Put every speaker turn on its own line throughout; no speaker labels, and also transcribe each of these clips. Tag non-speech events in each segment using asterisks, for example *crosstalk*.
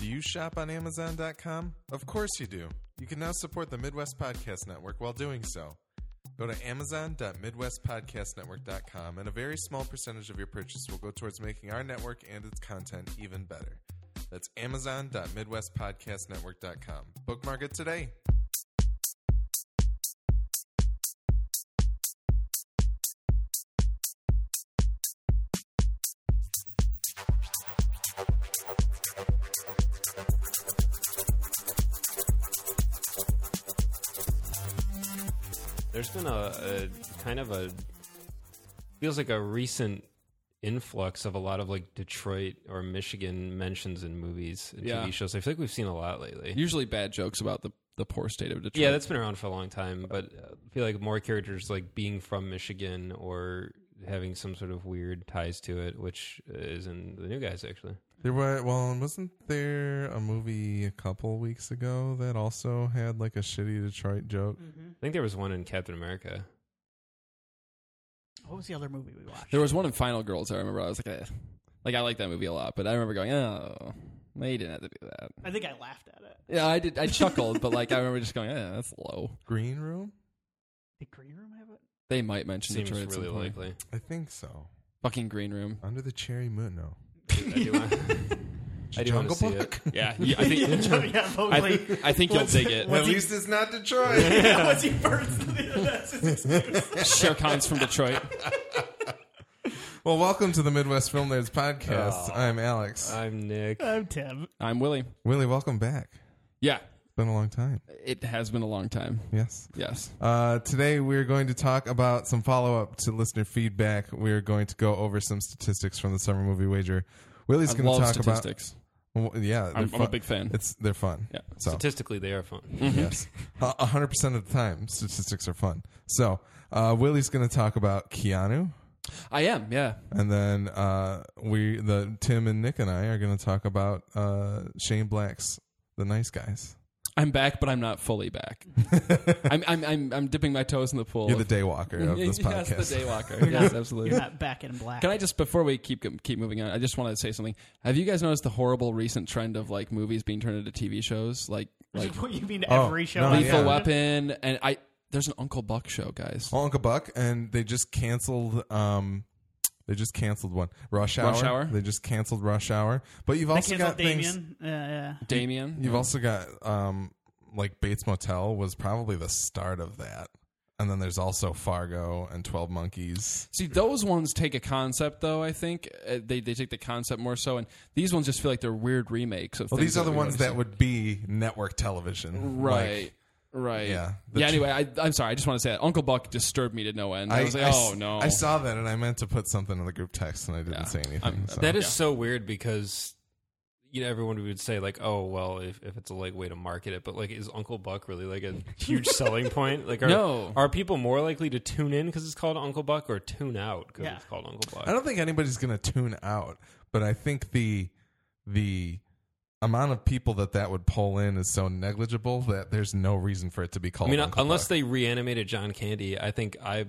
you shop on Amazon.com? Of course you do. You can now support the Midwest Podcast Network while doing so. Go to Amazon.MidwestPodcastNetwork.com, and a very small percentage of your purchase will go towards making our network and its content even better. That's Amazon.MidwestPodcastNetwork.com. Bookmark it today.
There's been a, a kind of a feels like a recent influx of a lot of like Detroit or Michigan mentions in movies and
Yeah.
TV shows. I feel like we've seen a lot lately.
Usually bad jokes about the, the poor state of Detroit.
yeah, that's been around for a long time, but uh, I feel like more characters like being from Michigan or having some sort of weird ties to it, which uh, is in the new guys actually.
There were well, and wasn't there a movie a couple weeks ago that also had like a shitty Detroit joke?
I
Mm-hmm.
think there was one in Captain America.
What was the other movie we watched?
There was one in Final Girls I remember. I was like, eh. like I like that movie a lot, but I remember going, oh, they didn't have to do that.
I think I laughed at it.
Yeah, I did. I chuckled, but like I remember just going, eh, that's low.
Green Room?
Did Green Room have it?
They might mention
Seems
Detroit at some
really
point. *laughs*
likely.
I think so.
Fucking Green Room.
Under the cherry moon, no.
I do want, *laughs* I do want to
Jungle
see
Book?
it.
*laughs* Yeah, you- I think.
*laughs* yeah,
I,
totally.
think- I think you'll dig it.
At least it's not Detroit.
*laughs* That was your first. That's his excuse.
*laughs* Shere Khan's from Detroit.
*laughs* well, welcome to the Midwest Film Nerds
Oh.
podcast. I'm Alex.
I'm Nick.
I'm Tim.
I'm Willie.
Willie, welcome back.
Yeah,
Been a long time.
it has been a long time.
Yes.
Yes.
Uh, today we're going to talk about some follow-up to listener feedback. We're going to go over some statistics from the summer movie wager. Willie's
I
going to
love
talk
statistics.
about. Well, yeah,
I'm,
they're
I'm a
fun.
big *laughs* fan.
It's they're fun.
Yeah.
So
Statistically, they are fun.
yes, a hundred percent of the time, statistics are fun. So uh, Willie's going to talk about Keanu,
I am. Yeah.
and then uh, we, the Tim and Nick and I, are going to talk about uh, Shane Black's The Nice Guys.
I'm back, but I'm not fully *laughs* back. I'm, I'm I'm I'm dipping my toes in the pool.
You're the
of-
day walker of this podcast.
*laughs* Yes,
*laughs*
the daywalker. yes, absolutely.
You're not back in black.
Can I just before we keep keep moving on? I just wanted to say something. Have you guys noticed the horrible recent trend of like movies being turned into TV shows, like like
what you mean
*laughs* Oh,
every show?
no,
I've
Lethal
done?
yeah.
Weapon? And I there's an Uncle Buck show, guys.
Well, Uncle Buck, and they just canceled. Um, they just canceled one Rush Hour.
Rush Hour?
They just canceled Rush Hour. But you've
They
also
canceled
got
Damien.
things.
Yeah, yeah.
Damien,
You've also got um, like Bates Motel was probably the start of that, and then there's also Fargo and Twelve Monkeys.
See, those ones take a concept, though. I think uh, they they take the concept more so, and these ones just feel like they're weird remakes of.
Well,
things
these are the
we've
ones
already
that would be network television,
seen. right, right,
Yeah. The
yeah.
tr-
Anyway, I, I'm sorry. I just want to say that Uncle Buck disturbed me to no end. I, was like,
s-
oh no,
I saw that and I meant to put something in the group text and I didn't
Yeah.
say anything.
I'm-
so.
That is so weird because you know everyone would say like, "Oh, well, if, if it's a like way to market it," but like, is Uncle Buck really like
*laughs*
a huge selling point? Like, are,
No.
are people more likely to tune in because it's called Uncle Buck or tune out because
Yeah.
it's called Uncle Buck?
I don't think anybody's going to tune out, but I think the the amount of people that that would pull in is so negligible that there's no reason for it to be
I
called.
mean,
Uncle
unless
Buck.
they reanimated John Candy, I think I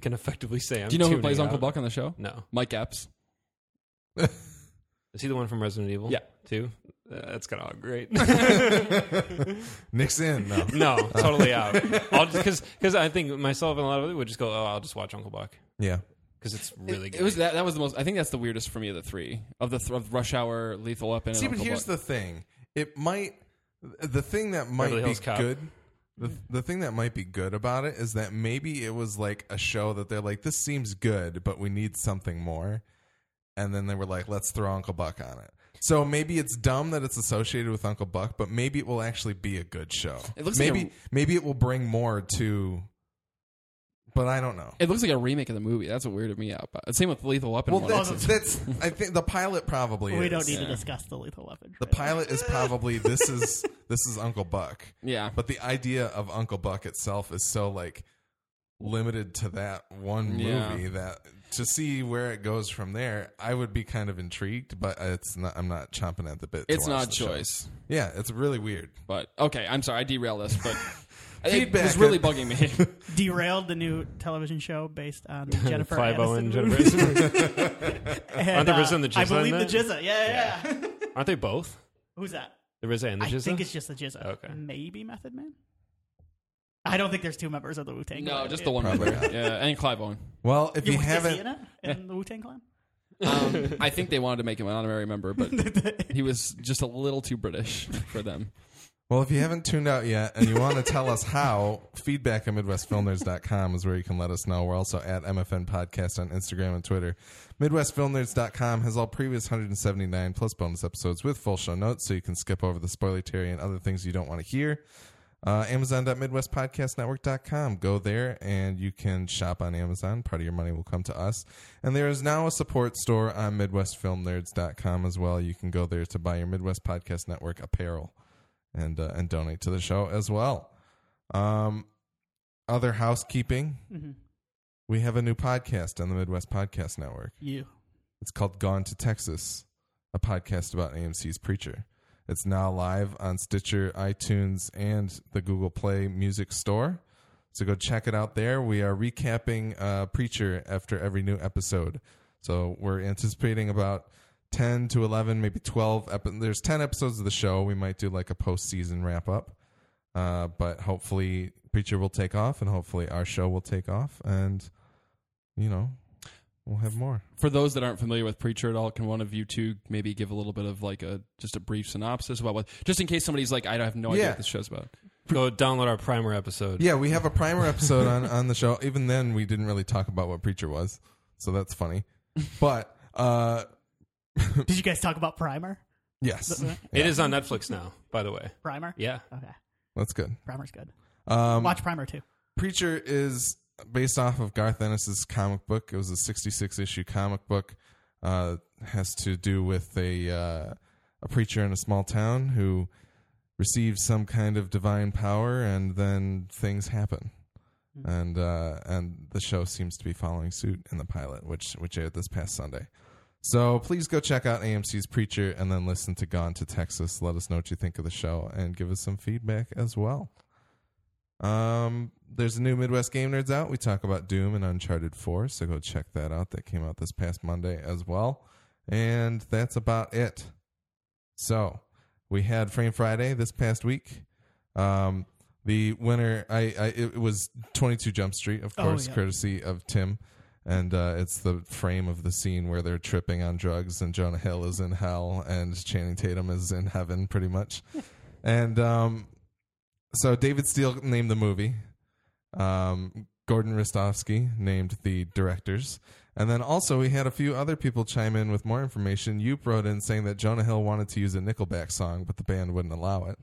can effectively say I'm.
Do you know who
tuning
plays
out.
Uncle Buck on the show?
No,
Mike Epps.
is he the one from Resident Evil?
Yeah.
too. Uh, that's gonna all great.
Nick's in.
*laughs*
No.
*laughs* no, totally out. I'll just because I think myself and a lot of it would just go, "Oh, I'll just watch Uncle Buck."
yeah,
because it's really good.
It was that. That was the most. I think that's the weirdest for me of the three of the th- of Rush Hour, Lethal Weapon.
See,
and
but
Uncle
here's the
Buck.
thing. It might the thing that might
Beverly
be
Hills Cop.
good. The,
Mm-hmm.
the thing that might be good about it is that maybe it was like a show that they're like, this seems good, but we need something more. And then they were like, let's throw Uncle Buck on it. So maybe it's dumb that it's associated with Uncle Buck, but maybe it will actually be a good show.
It looks like
maybe
a-
maybe it will bring more to. But I don't know.
It looks like a remake of the movie. That's what weirded me out. But same with Lethal Weapon.
well,
one.
that's, that's I think the pilot probably
We
is.
don't need to
Yeah.
discuss the Lethal Weapon.
the
trailer.
pilot is probably this is this is Uncle Buck.
yeah.
But the idea of Uncle Buck itself is so like limited to that one
Yeah.
movie that to see where it goes from there, I would be kind of intrigued, but it's not. I'm not chomping at the bit. to
It's
watch
not
the show.
choice.
Yeah, it's really weird.
But okay, I'm sorry, I derailed us,
*laughs*
but it
Feedback.
was really bugging
*laughs*
me.
*laughs* derailed the new television show based on the Jennifer
Clive Owen,
Aniston
Jennifer.
*laughs* movie.
Aniston.
And,
Aren't they based on the
I
Jizza
believe
in
the
that?
Jizza. Yeah, *laughs* yeah. yeah.
Aren't they both?
Who's that?
There was and
I
there's
think
a-
it's just the Jizza.
Okay.
Maybe Method Man. I don't think there's two members of the Wu Tang.
No, just the one.
Probably
member.
not.
Yeah, and Clive Owen.
Well, if you
was he in
haven't,
it in the Wu Tang Clan?
Um, I think they wanted to make him an honorary member,
*laughs*
but he was just a little too British for them.
well, if you haven't tuned out yet, and you want to tell us how, feedback at midwestfilmnerds.com is where you can let us know. We're also at MFN Podcast on Instagram and Twitter. Midwestfilmnerds.com has all previous 179 plus bonus episodes with full show notes, so you can skip over the spoiler terry and other things you don't want to hear. Uh, Amazon.MidwestPodcastNetwork.com. Go there and you can shop on Amazon. Part of your money will come to us. And there is now a support store on MidwestFilmNerds.com as well. You can go there to buy your Midwest Podcast Network apparel and uh, and donate to the show as well. Um, other housekeeping.
Mhm.
We have a new podcast on the Midwest Podcast Network.
You.
It's called Gone to Texas, a podcast about AMC's Preacher. It's now live on Stitcher, iTunes, and the Google Play Music Store. So go check it out there. We are recapping uh, Preacher after every new episode. So we're anticipating about 10 to 11, maybe 12. Epi- There's 10 episodes of the show. We might do like a postseason wrap up. Uh, but hopefully, Preacher will take off, and hopefully, our show will take off. And, you know, we'll have more.
For those that aren't familiar with Preacher at all, can one of you two maybe give a little bit of like a just a brief synopsis about what, just in case somebody's like, I have no idea
Yeah.
what this show's about.
go download our primer episode.
Yeah, we have a primer episode on, on the show. Even then, we didn't really talk about what Preacher was, so that's funny. But uh,
*laughs* Did you guys talk about Primer?
yes,
It is on Netflix now, by the way.
Primer?
Yeah.
Okay.
that's good.
Primer's good.
Um,
Watch Primer too.
Preacher is based off of Garth Ennis's comic book. It was a 66 issue comic book. Uh, has to do with a uh, a preacher in a small town who receives some kind of divine power, and then things happen. And uh, and the show seems to be following suit in the pilot, which which aired this past Sunday. So please go check out AMC's Preacher and then listen to Gone to Texas. Let us know what you think of the show and give us some feedback as well. Um, there's a new Midwest Game Nerds out. We talk about Doom and Uncharted 4, so go check that out. That came out this past Monday as well. And that's about it. So we had Frame Friday this past week. Um, the winner, I, I it was 22 Jump Street, of
Oh,
course,
yeah.
courtesy of Tim. And uh, it's the frame of the scene where they're tripping on drugs, and Jonah Hill is in hell, and Channing Tatum is in heaven, pretty
*laughs*
much. and um, so David Steele named the movie. Um, Gordon Rostovsky named the directors. And then also we had a few other people chime in with more information. You wrote in saying that Jonah Hill wanted to use a Nickelback song, but the band wouldn't allow it.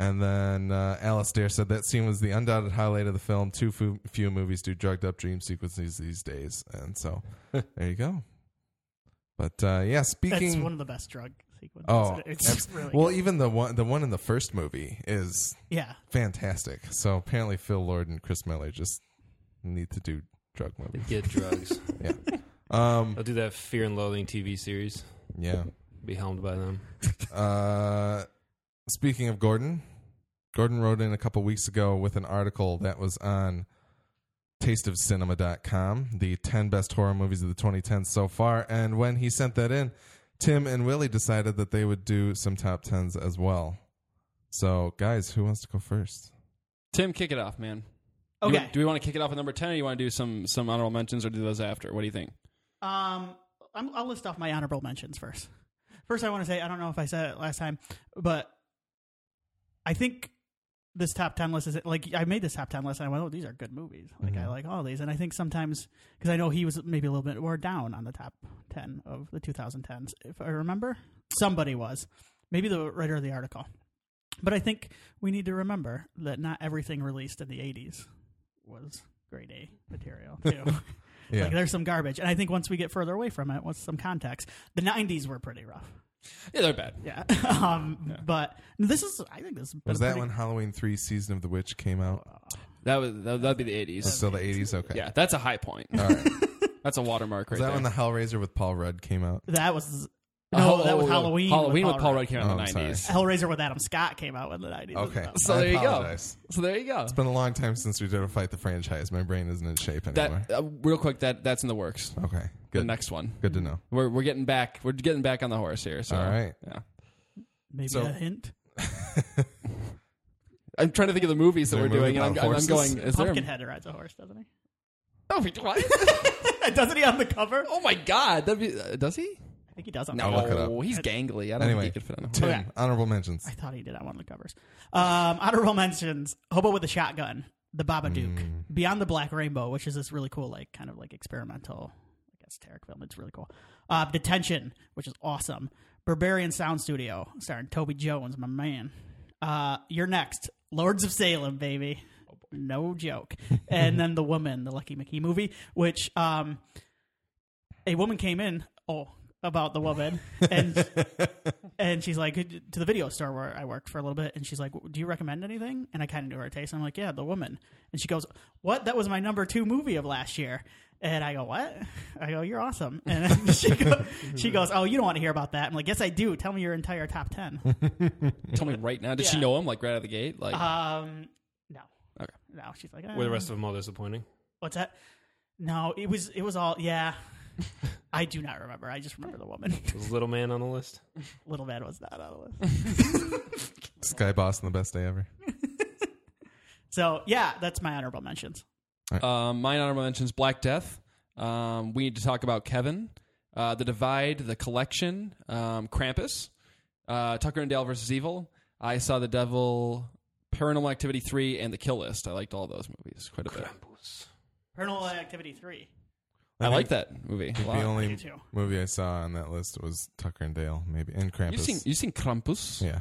And then uh, Alice Dare said that scene was the undoubted highlight of the film. Too few, few movies do drugged up dream sequences these days. And so there you go. But uh, yeah,
That's
speaking.
one of the best drug sequences.
Oh,
it's really
well,
good.
even the one the one in the first movie is
yeah.
fantastic. So apparently, Phil Lord and Chris Miller just need to do drug movies.
Get drugs.
Yeah. Um.
I'll do that Fear and Loathing TV series.
Yeah.
Be helmed by them.
Uh, speaking of Gordon, Gordon wrote in a couple weeks ago with an article that was on tasteofcinema.com, the 10 best horror movies of the 2010s so far. And when he sent that in, Tim and Willie decided that they would do some top 10s as well. So, guys, who wants to go first?
Tim, kick it off, man. Do we-
Okay.
Do, we want to kick it off at number ten, or you want to do some some honorable mentions, or do those after? What do you think?
Um, I'm, I'll list off my honorable mentions first. First, I want to say I don't know if I said it last time, but I think this top ten list is like I made this top ten list and I went, "Oh, these are good movies." Like I like all these, and I think sometimes because I know he was maybe a little bit more down on the top ten of the 2010s, if I remember. Somebody was, maybe the writer of the article, but I think we need to remember that not everything released in the 80s was grade A material too.
Yeah.
Like there's some garbage, and I think once we get further away from it, once some context, the '90s were pretty rough.
Yeah, they're bad.
Yeah, *laughs* um, but this is, I think this has been
was that
pretty-
when Halloween 3 Season of the Witch came out?
That would that would be the eighties.
That's still the 80s? Okay.
Yeah, that's a high point.
All right.
*laughs* That's a watermark right
Was that
there.
when the Hellraiser with Paul Rudd came out?
That was no,
Oh,
that was
oh, oh,
Halloween.
Halloween with Paul
Rudd.
Rudd came out in
Oh,
the
I'm sorry.
nineties.
Hellraiser with Adam Scott came out in the '90s. as
Okay.
well.
So
I
there you go.
apologize.
So there you go.
It's been a long time since we did a fight the franchise. My brain isn't in shape anymore.
That uh, real quick. That that's in the works.
okay,
The
good.
next one.
Good to know.
We're we're getting back. We're getting back on the horse here. So.
All right.
Yeah.
Maybe
So-
a hint.
I'm trying to think of the movies that
They're
we're doing, and
moving on
I'm, I'm, I'm
horses?
going. Is there? A,
Pumpkinhead rides a horse, doesn't he? *laughs*
oh, he- what? *laughs*
doesn't he on the cover?
oh my god! That'd be, uh, does he?
I think he does on
No,
the
look
cover.
it up.
he's gangly. I don't
Anyway.
think he could
*laughs*
fit on. a
Tim,
horse.
Okay.
honorable mentions.
I thought he did on one of the covers. Um, honorable mentions: Hobo with a Shotgun, The Babadook, Beyond the Black Rainbow, which is this really cool, like kind of like experimental, I guess, Tarek film. It's really cool. Uh, Detention, which is awesome. Barbarian Sound Studio, starring Toby Jones, my man. Uh, you're next, Lords of Salem, baby. No joke. and then the woman, the Lucky McKee movie, which um, a woman came in. Oh, about the woman, and and she's like to the video store where I worked for a little bit, and she's like, "Do you recommend anything?" And I kind of knew her taste. I'm like, "Yeah, The Woman," and she goes, "What? That was my number two movie of last year." And I go, "What?" I go, "You're awesome." And then *laughs* she go, she goes, "Oh, you don't want to hear about that?" I'm like, "Yes, I do. Tell me your entire top
*laughs*
10.
Tell me right now. Did she
Yeah.
know him like right out of the gate? Like
Um, no,
Okay.
no. She's like,
Were the
"Uh,
rest of them all disappointing?
What's that? No, it was it was all
*laughs*
yeah. I do not remember. I just remember the woman. *laughs*
Was Little Man on the list?
Little man was not on the list.
Sky Boss and the best day ever.
So yeah, that's my honorable mentions.
um, my honorable mentions: Black Death. Um, we need to talk about Kevin, uh, The Divide, The Collection, um, Krampus, uh, Tucker and Dale versus Evil. I saw The Devil, Paranormal Activity three, and The Kill List. I liked all those movies quite a bit.
Paranormal Activity three.
I, like that movie. a lot.
The only
Me too.
movie I saw on that list was Tucker and Dale, maybe, and Krampus.
You've seen you've seen Krampus.
yeah,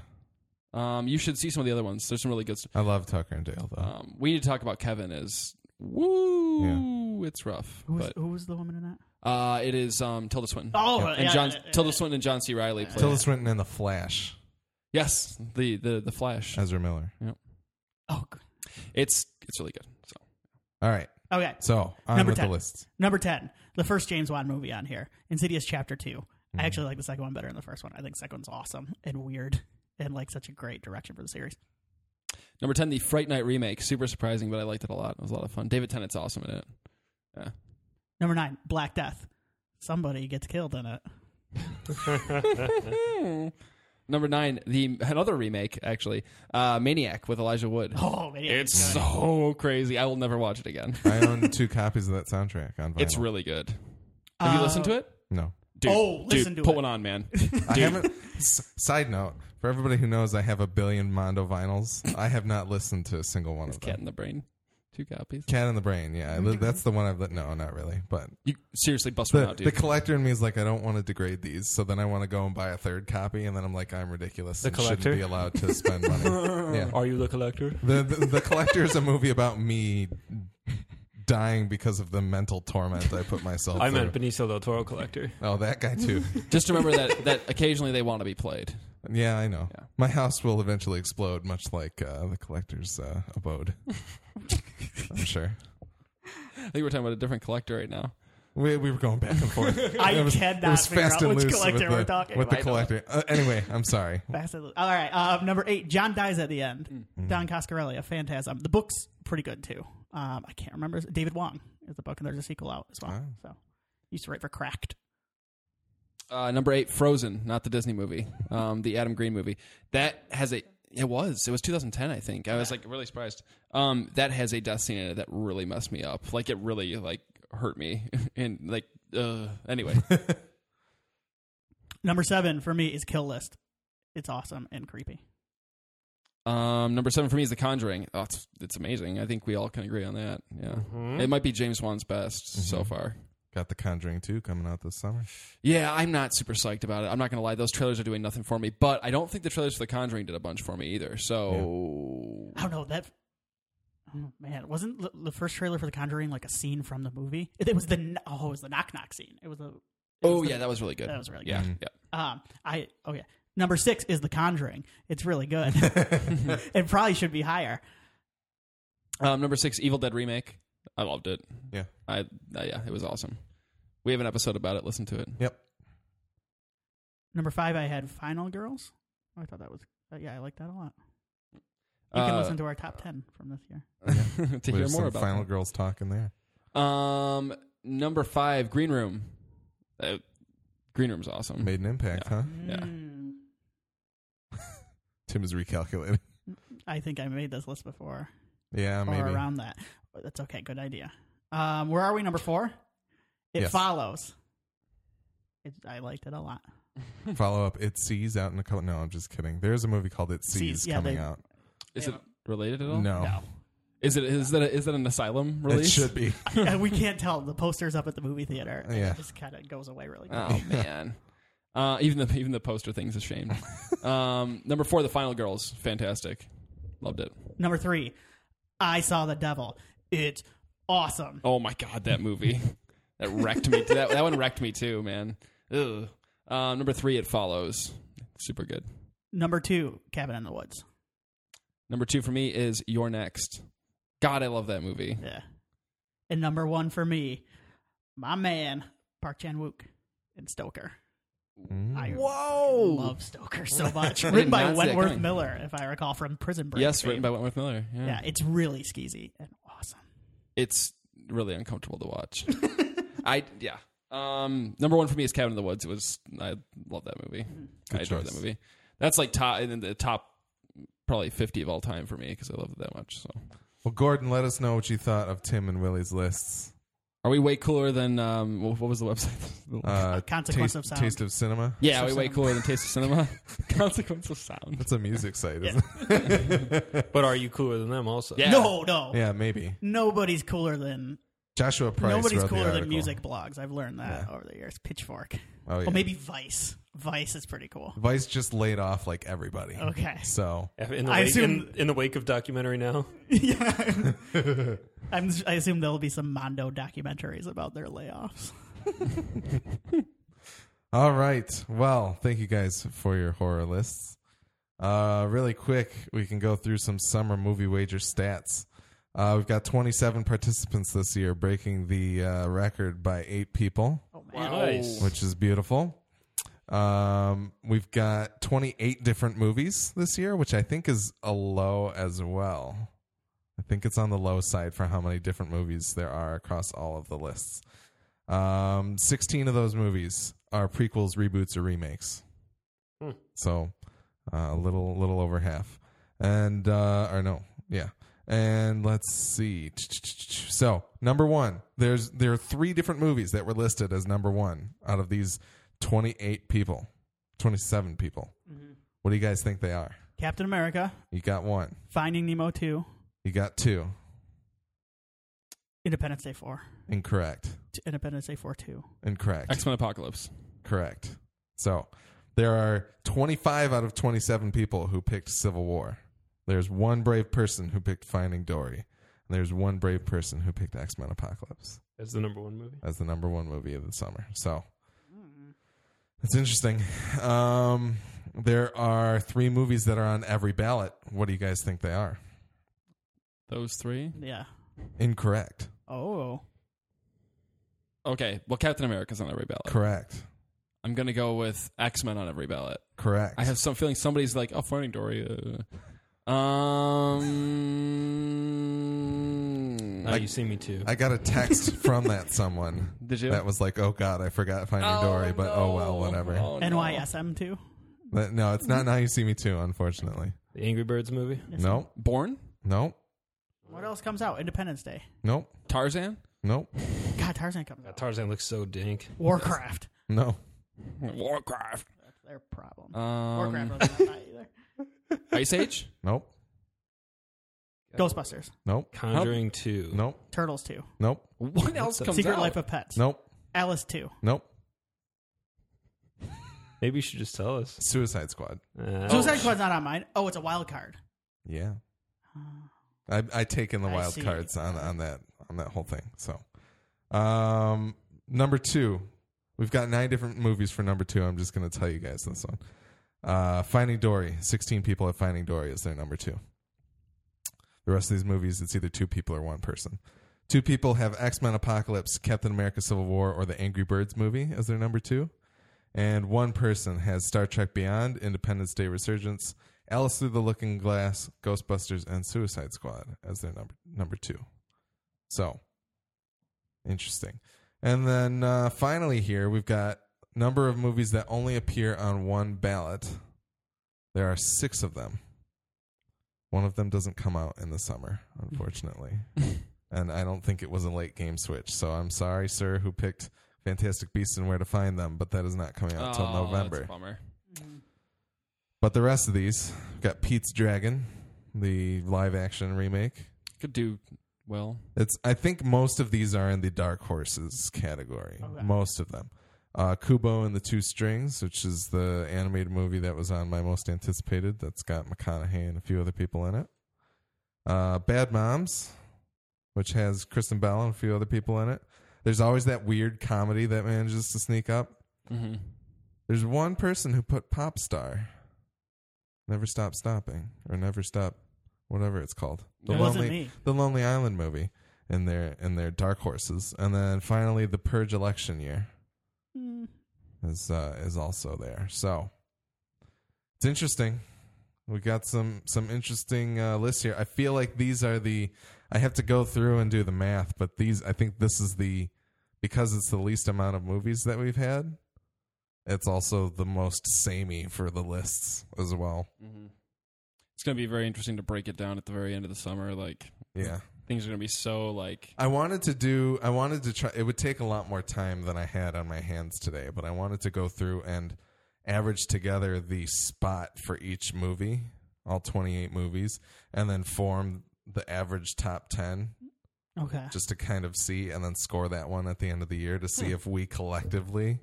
Um, you should see some of the other ones. There's some really good stuff.
I love Tucker and Dale though.
Um, we need to talk about Kevin. Is woo, it's rough.
Who was,
but
who was the woman in that?
uh, it is um, Tilda Swinton
Oh,
Yeah.
yeah,
and John
yeah, yeah,
Tilda
yeah.
Swinton and John C. Riley play.
Tilda Swinton and the Flash,
yes, the the the Flash.
Ezra Miller.
Oh, g-
It's it's really good. So
All right,
okay.
so on
Number
with
10.
the list.
Number ten, the first James Wan movie on here, Insidious Chapter 2
Mm-hmm.
I actually like the second one better than the first one. I think the second one's awesome and weird and like such a great direction for the series.
number ten, the Fright Night remake. Super surprising, but I liked it a lot. It was a lot of fun. David Tennant's awesome in it.
Number nine, Black Death. Somebody gets killed in it. *laughs*
Number nine, the another remake actually, uh, Maniac with Elijah Wood.
Oh, man,
It's so crazy. I will never watch it again.
I own
*laughs*
two copies of that soundtrack on vinyl.
It's really good. Have
Uh,
you listened to it? *laughs*
no.
Dude,
Oh, listen
dude,
to
put
it.
one on,
*laughs*
man.
I haven't. S- side note: For everybody who knows, I have a billion Mondo vinyls. I have not listened to a single one of them.
Cat in the brain, two copies.
Cat in the Brain. Yeah, I li- that's the one I've. Li- no, not really. But
You seriously bust one
the,
out,
the
dude.
collector in me is like, I don't want to degrade these, so then I want to go and buy a third copy, and then I'm like, I'm ridiculous.
The
and shouldn't
collector?
be allowed to spend
*laughs*
money. yeah.
Are you the collector?
The, the the collector is a movie about me dying because of the mental torment I put myself.
*laughs* I
through.
meant Benicio del Toro collector.
Oh, that guy too. *laughs*
Just remember
*laughs*
that that occasionally they want to be played.
Yeah, I know.
Yeah.
My house will eventually explode, much like uh, the collector's uh,
*laughs*
abode. I'm sure.
I think we're talking about a different collector right now.
We, we were going back and forth.
*laughs* I
It was-
cannot
it was
figure
fast
out
and
which
loose with the,
collector we're talking
with
about.
the collector. Uh, anyway, I'm sorry.
Fast and loose. All right. Uh, number eight, John dies at the end.
Mm-hmm.
Don Coscarelli, a phantasm. The book's pretty good too. Um, I can't remember. David Wong is the book, and there's a sequel out as well. So used to write for Cracked.
Uh, number eight, Frozen, not the Disney movie, um, the Adam Green movie. That has a. It was. It was 2010, I think. I was like really surprised. Um, that has a death scene in it that really messed me up. Like it really like hurt me. *laughs* and like uh,
*laughs*
anyway,
Number seven for me is Kill List. It's awesome and creepy.
um, number seven for me is The Conjuring. Oh, it's, it's amazing. I think we all can agree on that. Yeah,
Mm-hmm.
Hmm?
it might be James Wan's best so
Mm-hmm.
far.
Got The Conjuring 2 coming out this
*laughs*
summer.
Yeah, I'm not super psyched about it. I'm not gonna lie; those trailers are doing nothing for me. But I don't think the trailers for The Conjuring did a bunch for me either. So
I don't know that. Oh, man, wasn't the- the first trailer for The Conjuring like a scene from the movie? It, it was the kn- oh, it was the knock knock scene. It was the
oh yeah, that was really good.
That was really
Yeah,
good.
yeah.
um I oh yeah. Number six is The Conjuring. It's really
*laughs*
good.
*laughs*
it probably should be higher.
Um, number six, Evil Dead remake. I loved it.
Yeah.
I uh, yeah, it was awesome. We have an episode about it. Listen to it.
Yep.
Number five, I had Final Girls. I thought that was uh, yeah, I like that a lot. You can
Uh,
listen to our top ten from this year.
*laughs* to hear
There's
more
some
about
Final Girls talk in there.
that. Um, number five, Green Room. Uh, Green Room's awesome.
Made an impact, huh?
Yeah.
Mm.
Tim is recalculating. *laughs*
I think I made this list before
Yeah,
or
maybe.
*laughs* around that. But That's okay. Good idea. Um, where are we? Number four. It
Yes.
follows. It, I liked it a lot.
Follow up. It sees out in a couple. No, I'm just kidding. There's a movie called It Sees,
Sees, yeah,
coming
they-
out.
Is it related at all?
No.
Is it is that a, is that an asylum release?
It should be.
*laughs* And we can't tell. The poster's up at the movie theater. and
Yeah.
It just kind of goes away really quick.
Oh man. Uh, even the even the poster thing's a shame. um, number four, the final girls, fantastic, loved it.
Number three. I saw the devil. It's awesome.
Oh my god, that movie that wrecked me. that that one wrecked me too, man. Ugh. Uh, number three, it follows, super good.
Number two. Cabin in the Woods.
Number two for me is You're Next. God, I love that movie.
Yeah. And number one for me, my man Park Chan Wook and Stoker.
Mm.
I
Whoa!
love
*laughs*
Stoker so much. written by
not see that
Wentworth
coming.
Miller, if I recall from Prison Break.
Yes, written by Wentworth Miller. Yeah.
Yeah, it's really skeezy and awesome.
it's really uncomfortable to watch.
*laughs*
I yeah. Um, number one for me is Cabin in the Woods. It was I love that movie.
Mm-hmm.
I adore
choice.
that movie. That's like top in the top probably fifty of all time for me because I love it that much. So
Well, Gordon, let us know what you thought of Tim and Willie's
*laughs*
lists.
are we way cooler than um? wh- What was the website? *laughs*
Uh,
Consequence
taste,
of Sound.
Taste of
*laughs*
Cinema.
yeah,
Taste
we
of
way
Sound.
cooler than Taste of
*laughs*
Cinema. Consequence of Sound.
That's a music site,
Yeah.
isn't it?
But are you cooler than them also?
Yeah.
No, no.
yeah, maybe.
Nobody's cooler than
Joshua Price.
nobody's
wrote the
cooler than
article.
music blogs. I've learned that over the years. Pitchfork.
Oh, yeah.
Well, maybe Vice. Vice is pretty cool.
Vice just laid off like everybody. *laughs*
Okay. *laughs*
So
In the,
I
wake,
assume-
in, in the wake of documentary now,
yeah. I'm, I assume there'll be some Mondo documentaries about their layoffs.
All right. Well, thank you guys for your horror lists. Uh, really quick, we can go through some summer movie wager stats. Uh, we've got 27 participants this year, breaking the uh, record by eight people,
Oh, man.
Nice.
which is beautiful. Um, we've got 28 different movies this year, which I think is a low as well. I think it's on the low side for how many different movies there are across all of the lists. Um, 16 of those movies are prequels, reboots, or remakes.
Hmm.
So uh, a little, little over half. And, uh, or no, yeah. And let's see. So number one, there's there are three different movies that were listed as number one out of these 28 people, 27 people.
Mm-hmm.
What do you guys think they are?
Captain America,
You got one.
Finding Nemo 2,
You got two.
Independence Day 4,
Incorrect.
t- Independence Day 4 2.
Incorrect.
X Men Apocalypse.
Correct. So there are 25 out of 27 people who picked Civil War. There's one brave person who picked Finding Dory. And there's one brave person who picked X Men Apocalypse
that's the number one movie.
as the number one movie of the summer. So
Mm-hmm.
that's interesting. Um, there are three movies that are on every ballot. What do you guys think they are?
Those three.
Yeah.
Incorrect.
Oh.
Okay, well Captain America's on every ballot.
Correct.
I'm gonna go with X Men on every ballot.
Correct.
I have some feeling somebody's like, oh, Finding Dory. Uh. Um,
Oh, you see me too.
I got a text
*laughs*
from that someone
did you?
that was like, "Oh God, I forgot Finding
Oh,
Dory," but oh well,
no.
whatever.
Oh, no.
NYSM 2.
But no, it's not Now You See Me Too, unfortunately.
the Angry Birds movie.
Nope.
Born,
Nope.
What else comes out? Independence Day.
Nope.
Tarzan,
Nope.
God, Tarzan comes
God,
out.
Tarzan looks so dank.
Warcraft.
No.
Warcraft,
That's their problem. Warcraft
um,
wasn't on that
*laughs*
either.
Ice Age, *laughs*
Nope.
Ghostbusters.
Nope.
Conjuring Two.
Nope.
Turtles 2.
Nope.
what else
the-
comes
Secret
out?
Life of Pets.
Nope.
Alice 2.
Nope.
Maybe you should just tell us.
Suicide Squad.
Uh,
Suicide Squad's not on mine. Oh, it's a wild card. Uh,
Yeah. I I take in the
I
wild
see.
cards on on that on that whole thing. So, um, number two, we've got nine different movies for number two. I'm just gonna tell you guys this one. Uh, Finding Dory. Sixteen people at Finding Dory is their number two. The rest of these movies, it's either two people or one person. Two people have X Men Apocalypse, Captain America Civil War, or the Angry Birds movie as their number two. And one person has Star Trek Beyond, Independence Day Resurgence, Alice Through the Looking Glass, Ghostbusters, and Suicide Squad as their number number two. So interesting. And then uh, finally, here we've got number of movies that only appear on one ballot. There are six of them. One of them doesn't come out in the summer,
*laughs*
unfortunately. and I don't think it was a late game switch. So I'm sorry, sir, who picked Fantastic Beasts and Where to Find Them, but that is not coming out until
Oh,
November.
That's a bummer.
hmm.
But the rest of these we've got Pete's Dragon, the live action remake.
Could do well.
It's I think most of these are in the dark horses category.
Okay.
Most of them. Uh, Kubo and the Two Strings, which is the animated movie that was on my most anticipated. That's got McConaughey and a few other people in it. Uh, Bad Moms, which has Kristen Bell and a few other people in it. There's always that weird comedy that manages to sneak up.
Mm-hmm.
There's one person who put pop star. Never stop stopping or never stop whatever it's called. The
It
Yeah.
wasn't
lonely
me.
the Lonely Island movie in their in their Dark Horses. And then finally the Purge election year
Mm.
is uh, is also there. So it's interesting. We got some some interesting uh, lists here. I feel like these are the I have to go through and do the math, but these I think this is the because it's the least amount of movies that we've had. It's also the most samey for the lists as well.
It's gonna be very interesting to break it down at the very end of the summer. Like
Yeah.
things are gonna be so like
I wanted to do. I wanted to try. It would take a lot more time than I had on my hands today, but I wanted to go through and average together the spot for each movie, all 28 movies, and then form the average top 10
Okay.
just to kind of see and then score that one at the end of the year to see if we collectively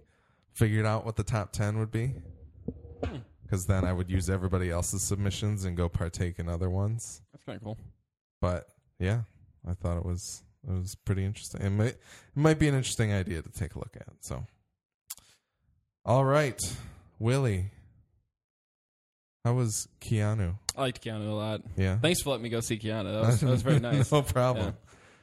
figured out what the top 10 would be. Because then I would use everybody else's submissions and go partake in other ones
that's kind of cool.
but yeah, I thought it was it was pretty interesting. It might it might be an interesting idea to take a look at. So, all right, Willie, how was Keanu?
I liked Keanu a lot.
Yeah,
Thanks for letting me go see Keanu. That was, that
*laughs*
was very nice.
no problem.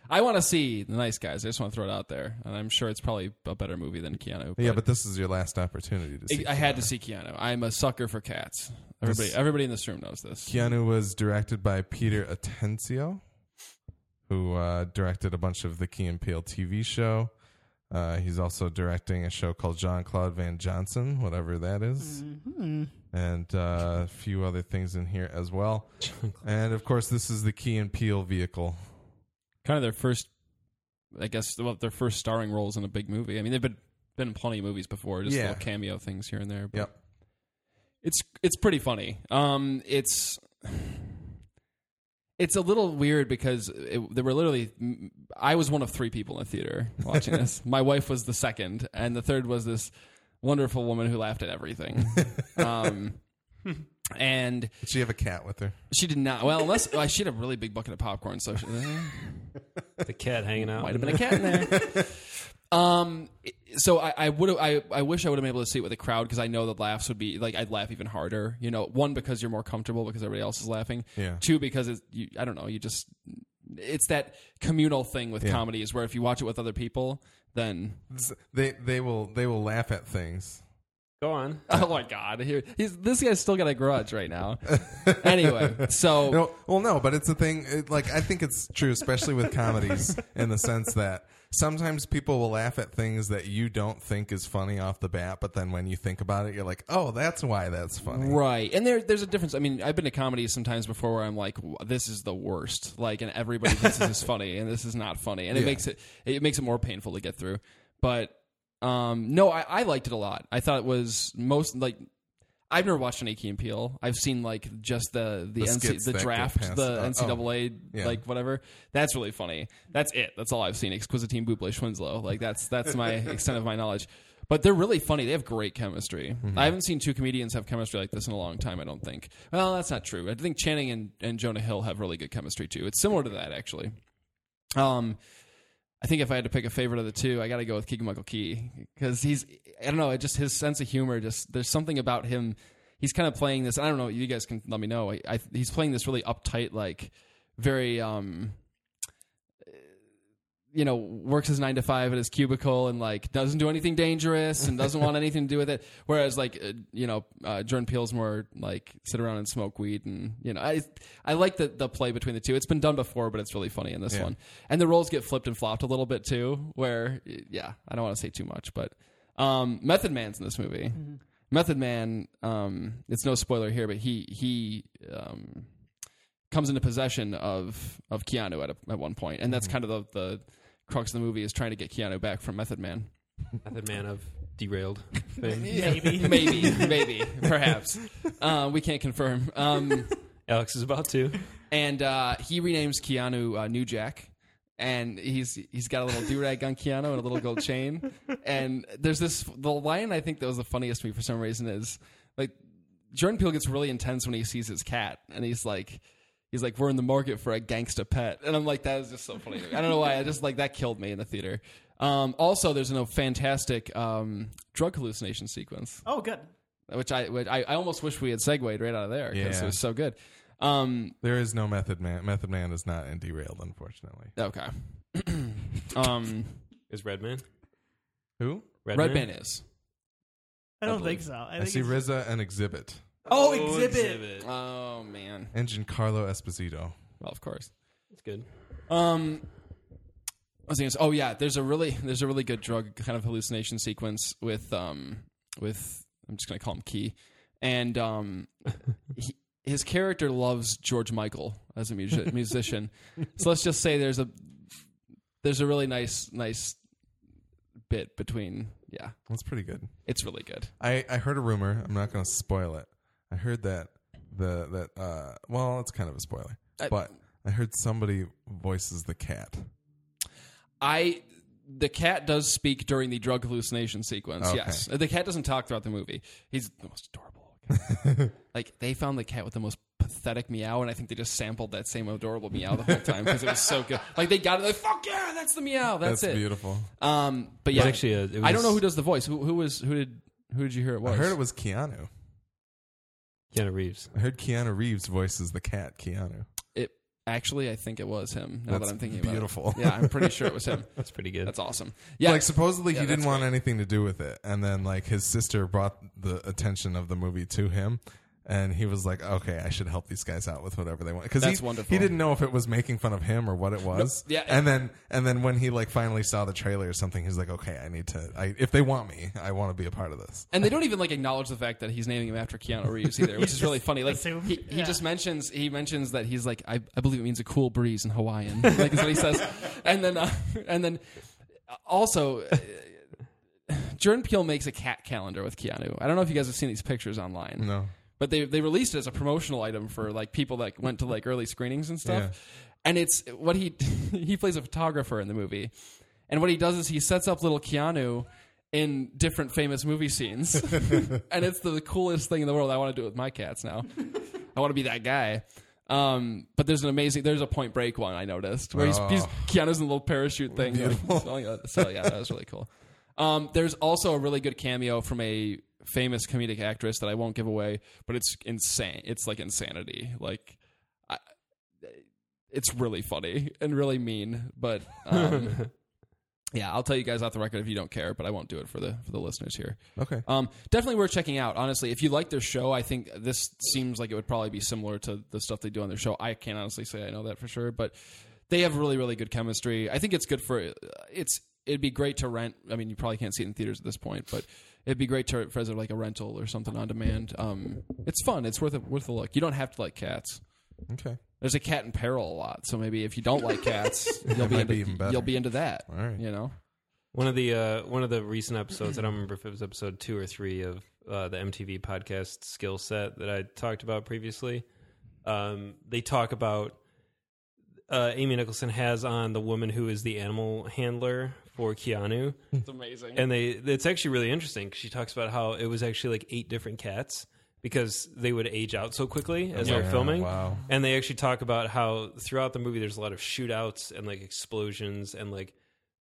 I want to see the nice guys. I just want to throw it out there, and I'm sure it's probably a better movie than Keanu.
Yeah. but this is your last opportunity to see.
I, I had to see Keanu. I'm a sucker for cats. Everybody,
This-
everybody in this room knows this.
Keanu was directed by Peter Atencio, who uh, directed a bunch of the Key and Peele TV show. Uh, he's also directing a show called Jean Claude Van Johnson, whatever that is.
Mhm.
and uh, a few other things in here as well. And of course, this is the Key and Peel vehicle.
kind of their first, I guess, well, their first starring roles in a big movie. I mean, they've been been in plenty of movies before, just
Yeah.
little cameo things here and there. But
Yep.
it's it's pretty funny. Um, it's it's a little weird because it, there were literally I was one of three people in the theater
*laughs*
watching this. My wife was the second, and the third was this wonderful woman who laughed
*laughs*
at everything. um, and
Did she have a cat with her?
she did not. Well, unless well, she had a really big bucket of popcorn, so she,
The cat hanging out.
might have been a cat in there. *laughs* um, so I, I would I I wish I would have been able to see it with a crowd because I know the laughs would be like I'd laugh even harder. You know, one because you're more comfortable because everybody else is laughing.
Yeah.
Two because it's you, I don't know you just it's that communal thing with
Yeah.
comedy is where if you watch it with other people *laughs* then
This- They they will they will laugh at things.
Go on.
oh my god here he's this guy's still got a grudge right *laughs* now anyway so
No, well, no, but it's a thing. It, like I think it's true, especially with
*laughs*
comedies, in the sense that sometimes people will laugh at things that you don't think is funny off the bat, but then when you think about it, you're like, oh, that's why that's funny.
Right. And there, there's a difference. I mean, I've been to comedies sometimes before where I'm like, "W- this is the worst. Like, and everybody thinks this
*laughs*
is funny and this is not funny. And it
Yeah.
makes it, it makes it more painful to get through. But, um, no, I, I liked it a lot. I thought it was most like, I've never watched an Akey and Peel. I've seen like just the the,
The
NC,
skits
the
that go
draft,
past-
the
oh,
NCAA,
yeah.
like whatever. That's really funny. That's it. That's all I've seen. Exquisite Team Buble Schwinslow. Like that's that's my extent of my knowledge. But they're really funny. They have great chemistry. I haven't seen two comedians have chemistry like this in a long time. I don't think. Well, that's not true. I think Channing and, and Jonah Hill have really good chemistry too. It's similar to that actually. Um, I think if I had to pick a favorite of the two, I got to go with Keegan Michael Key because he's I don't know, it just his sense of humor. Just there's something about him. He's kind of playing this. I don't know. You guys can let me know. I, I, he's playing this really uptight, like very um, you know, works his nine to five at his cubicle and like doesn't do anything dangerous and doesn't want anything to do with it. Whereas like uh, you know, uh, Jordan Peele's more like sit around and smoke weed and you know, I I like the the play between the two. It's been done before, but it's really funny in this
Yeah.
one. And the roles get flipped and flopped a little bit too. Where yeah, I don't want to say too much, but um, Method Man's in this movie. Method Man, um, it's no spoiler here, but he he um, comes into possession of of Keanu at a, at one point, and that's kind of the the crux of the movie is trying to get Keanu back from Method Man.
Method Man of
*laughs*
derailed. Fame.
Maybe.
maybe, maybe, perhaps. Uh, we can't confirm. Um,
Alex is about to.
and uh, he renames Keanu uh, New Jack, and he's he's got a little do rag on Keanu and a little gold chain. And there's this the line I think that was the funniest to me for some reason is like Jordan Peele gets really intense when he sees his cat, and he's like. He's like, we're in the market for a gangsta pet, and I'm like, that is just so funny. to me. I don't know why. I just like that killed me in the theater. Um, also, there's a fantastic um, drug hallucination sequence
Oh, good.
which I which I, I almost wish we had segued right out of there because
Yeah.
it was so good. Um,
There is no Method Man. Method Man is not in Derailed, unfortunately.
okay. *clears throat* um,
Is Redman?
Who?
Red Man is.
I don't
believe.
think so. I,
I,
think
see
it's-
Rizza and Exhibit.
Oh, exhibit.
Oh man,
And Giancarlo Esposito.
well of course.
That's good.
Um, I was gonna say, oh yeah, there's a really there's a really good drug kind of hallucination sequence with um with I'm just gonna call him Key, and *laughs* um he, his character loves George Michael as a music, musician, so let's just say there's a there's a really nice nice bit between yeah
That's pretty good.
it's really good
I, I heard a rumor. I'm not going to spoil it. I heard that the that uh well, it's kind of a spoiler,
I-
but I heard somebody voices the cat.
I the cat does speak during the drug hallucination sequence.
Okay.
Yes, the cat doesn't talk throughout the movie. He's the most adorable. cat.
*laughs*
like they found the cat with the most pathetic meow, and I think they just sampled that same adorable meow the whole time because it
*laughs*
was so good. Like they got it. Like fuck yeah, that's the meow. That's,
That's
it.
beautiful.
Um, but
Yeah.
yeah,
actually, uh, it was
I don't know who does the voice. Who who was who did who did you hear it was?
I heard it was Keanu.
Keanu Reeves.
I heard Keanu Reeves voices the cat. Keanu.
It- actually, I think it was him. Now
That's
that I'm thinking
beautiful.
about it, yeah, I'm
*laughs*
pretty sure it was him.
That's pretty good. *laughs*
That's awesome. Yeah,
Like supposedly
Yeah,
he didn't
that's
want anything to do with it, and then like his sister brought the attention of the movie to him, and he was like, "Okay, I should help these guys out with whatever they want." Because
That's
he,
wonderful.
He didn't know if it was making fun of him or what it was.
yeah.
and then and then when he like finally saw the trailer or something, he's like, "Okay, I need to. I, if they want me, I want to be a part of this."
And they don't even like acknowledge the fact that he's naming him after Keanu Reeves either, which is really funny. Like
assume.
he, he
Yeah.
just mentions he mentions that he's like I, I believe it means a cool breeze in Hawaiian, *laughs* like is what he says. And then uh, and then uh, also uh, Jordan Peele makes a cat calendar with Keanu. I don't know if you guys have seen these pictures online,
No,
but they they released it as a promotional item for like people that went to like early screenings and stuff. And it's what he *laughs* he plays a photographer in the movie, and what he does is he sets up little Keanu in different famous movie scenes, *laughs* and it's the coolest thing in the world. I want to do it with my cats now. I want to be that guy. Um, but there's an amazing there's a Point Break one I noticed where he's, he's
Oh.
Keanu's in a little parachute thing. *laughs* so yeah, that was really cool. Um, there's also a really good cameo from a famous comedic actress that I won't give away, but it's insane. It's like insanity. Like, I, it's really funny and really mean. But
*laughs*
um, yeah, I'll tell you guys off the record if you don't care, but I won't do it for the for the listeners here.
okay.
Um, definitely worth checking out. Honestly, if you like their show, I think this seems like it would probably be similar to the stuff they do on their show. I can't honestly say I know that for sure, but they have really, really good chemistry. I think it's good for it's. It'd be great to rent. I mean, you probably can't see it in theaters at this point, but it'd be great to for as a- like a rental or something on demand. Um, it's fun. It's worth a, worth a look. You don't have to like cats.
Okay.
There's a cat in peril a lot, so maybe if you don't
*laughs*
like cats, you'll be,
might
into,
be even better.
you'll be into that.
All right.
You know.
One of the uh, one of the recent episodes, I don't remember if it was episode two or three of uh, the MTV podcast skill set that I talked about previously. Um, they talk about uh, Amy Nicholson has on the woman who is the animal handler for Keanu,
It's amazing.
and they it's actually really interesting. 'cause She talks about how it was actually like eight different cats because they would age out so quickly as they're
Yeah,
filming.
Wow.
And they actually talk about how throughout the movie there's a lot of shootouts and like explosions and like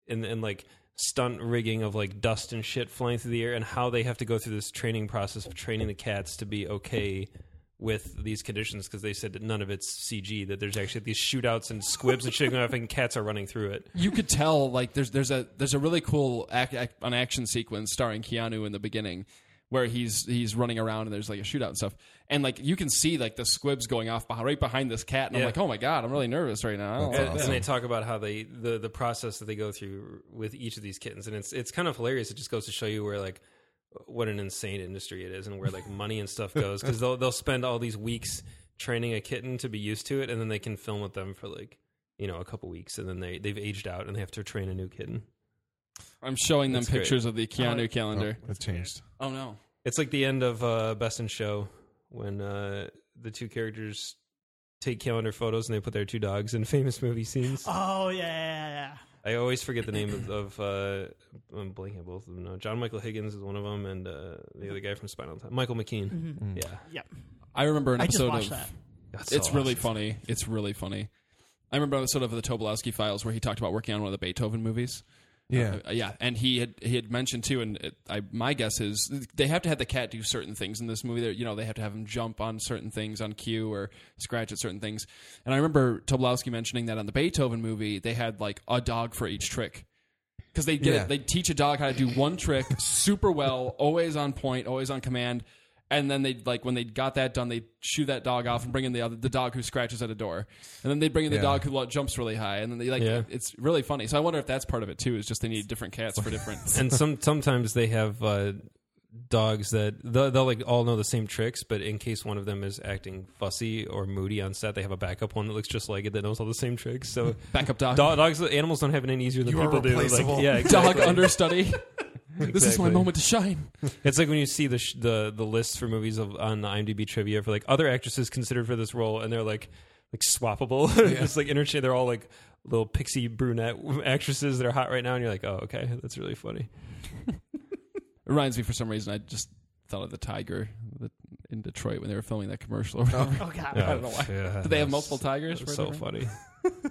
and and like stunt rigging of like dust and shit flying through the air and how they have to go through this training process of training the cats to be okay with these conditions because they said that none of it's CG that there's actually these shootouts and squibs and shit going off and cats are running through it.
you could tell like there's there's a there's a really cool ac ac an action sequence starring Keanu in the beginning where he's he's running around and there's like a shootout and stuff and like you can see like the squibs going off behind, right behind this cat and
Yeah.
I'm like oh my god I'm really nervous right now I don't
That's
And,
know.
and
awesome.
they talk about how they the the process that they go through with each of these kittens, and it's it's kind of hilarious. It just goes to show you where like what an insane industry it is, and where like money and stuff goes because they'll they'll spend all these weeks training a kitten to be used to it, and then they can film with them for like you know a couple weeks, and then they they've aged out and they have to train a new kitten.
I'm showing them
That's great.
pictures of the Keanu
Oh,
calendar.
Oh, it changed.
Oh no.
It's like the end of uh, Best in Show when uh, the two characters take calendar photos and they put their two dogs in famous movie scenes.
Oh yeah, yeah, yeah.
I always forget the name of, of uh, I'm blanking on both of them now. John Michael Higgins is one of them, and uh, the other guy from Spinal Tap, Michael McKean.
Mm-hmm.
Yeah,
I remember an
I just
episode
watched
of
that.
Mm-hmm. That's
it's
so
really
awesome.
funny. It's really funny. I remember an episode of the Tobolowsky Files where he talked about working on one of the Beethoven movies.
Yeah.
Uh, yeah, and he had he had mentioned too, and it, I my guess is they have to have the cat do certain things in this movie. That you know they have to have him jump on certain things on cue or scratch at certain things. And I remember Tobolowsky mentioning that on the Beethoven movie they had like a dog for each trick because they get
Yeah.
it, they teach a dog how to do one trick super well, always on point, always on command. And then they would like when they got that done, they shoo that dog off and bring in the other the dog who scratches at a door, and then they bring in the
Yeah.
dog who lo- jumps really high, and then they like
Yeah.
it's really funny. So I wonder if that's part of it too. Is just they need different cats for
*laughs*
different.
and some sometimes they have uh, dogs that they'll, they'll like all know the same tricks, but in case one of them is acting fussy or moody on set, they have a backup one that looks just like it that knows all the same tricks.
*laughs*
So
Backup dog.
dog, dogs, animals don't have it any easier than
You are
people do. Like,
replaceable.
yeah,
*laughs* Dog
exactly. *laughs*
understudy. This is my
Exactly.
moment to shine.
It's like when you see the sh- the the list for movies of on the IMDb trivia for like other actresses considered for this role, and they're like like swappable, *laughs* just like interchange. They're all like little pixie brunette *laughs* actresses that are hot right now, and you're like, oh, okay, that's really funny.
Reminds me for some reason I just thought of the tiger that- in Detroit when they were filming that commercial or whatever.
Oh god.
don't know why. Did they have multiple tigers?
That's
for
so
different-
funny.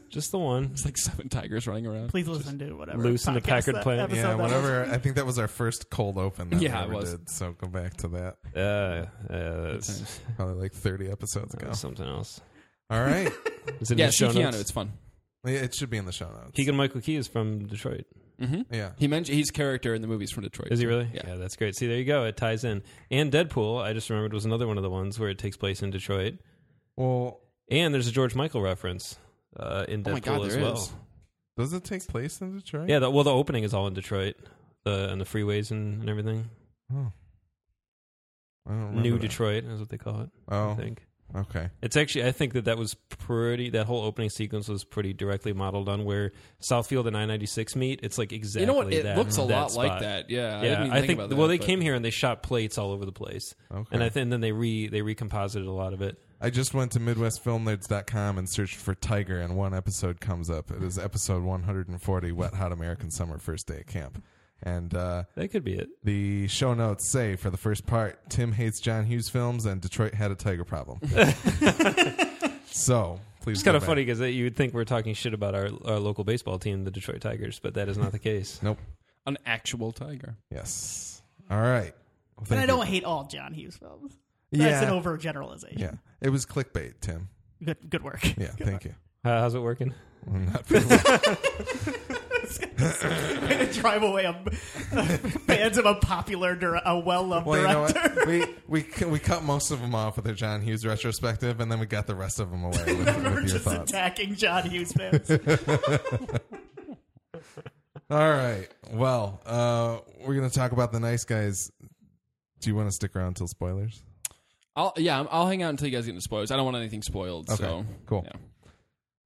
*laughs*
Just the one.
It's like seven tigers running around.
Please listen to whatever.
Loose in the
podcast
Packard
that
plant.
episode
Yeah,
that was.
whatever. I think that was our first cold open. That
*laughs* Yeah,
we
it
ever
was.
Did, so go back to that.
Uh, uh, that's,
Probably like 30 episodes
that
ago.
was something else.
All right.
*laughs*
Is it in
Yeah,
the show
shoot Keanu.
notes?
It's fun.
Yeah, it should be in the show notes.
Keegan Michael Key is from Detroit.
Mm-hmm.
yeah.
He mentioned his character in the movies from Detroit.
Is he really?
Yeah.
that's great. See, there you go. It ties in. And Deadpool, I just remembered, was another one of the ones where it takes place in Detroit.
Well,
And there's a George Michael reference uh, in Deadpool
Oh my God,
as
there
well.
is.
does it take place in Detroit?
Yeah, the, well, the opening is all in Detroit, the and the freeways and, and everything.
Oh. I don't remember
New
that.
Detroit is what they call it. I
Oh,
think
okay.
It's actually, I think that that was pretty. That whole opening sequence was pretty directly modeled on where Southfield and I ninety six meet. It's like exactly.
You know what? It
that,
looks
that
a lot like
spot.
that. Yeah. I,
Yeah,
didn't
I
even
think.
about that,
well, they
but-
came here and they shot plates all over the place,
Okay.
and I think then they re they recomposited a lot of it.
I just went to MidwestFilmNerds.com and searched for Tiger, and one episode comes up. It is episode 140, Wet Hot American Summer First Day at Camp. And uh,
That could be it.
the show notes say for the first part, Tim hates John Hughes films, and Detroit had a tiger
*laughs*
problem. so please,
It's kind
go
of
back.
funny because you would think we're talking shit about our our local baseball team, the Detroit Tigers, but that is not the case.
Nope.
An actual tiger.
Yes. All right. Well,
And
thank
I
you.
don't hate all John Hughes films.
Yeah.
That's an overgeneralization.
yeah. It was clickbait, Tim.
Good, good work. *laughs*
Yeah. Thank you.
How, how's it working?
I'm not feeling-
Way to drive away a, *laughs* fans of a popular, dir- a well-loved
Well, you know
director.
what? We we cu- we cut most of them off with their John Hughes retrospective, and then we got the rest of them
*laughs*
away with,
We're
with your
just
thoughts.
attacking John
*laughs*
Hughes fans.
All right. Well, uh, we're gonna talk about the nice guys. Do you want to stick around till spoilers?
I'll, yeah, I'm- I'll hang out until you guys get into spoilers. I don't want anything spoiled.
Okay,
So
cool.
yeah.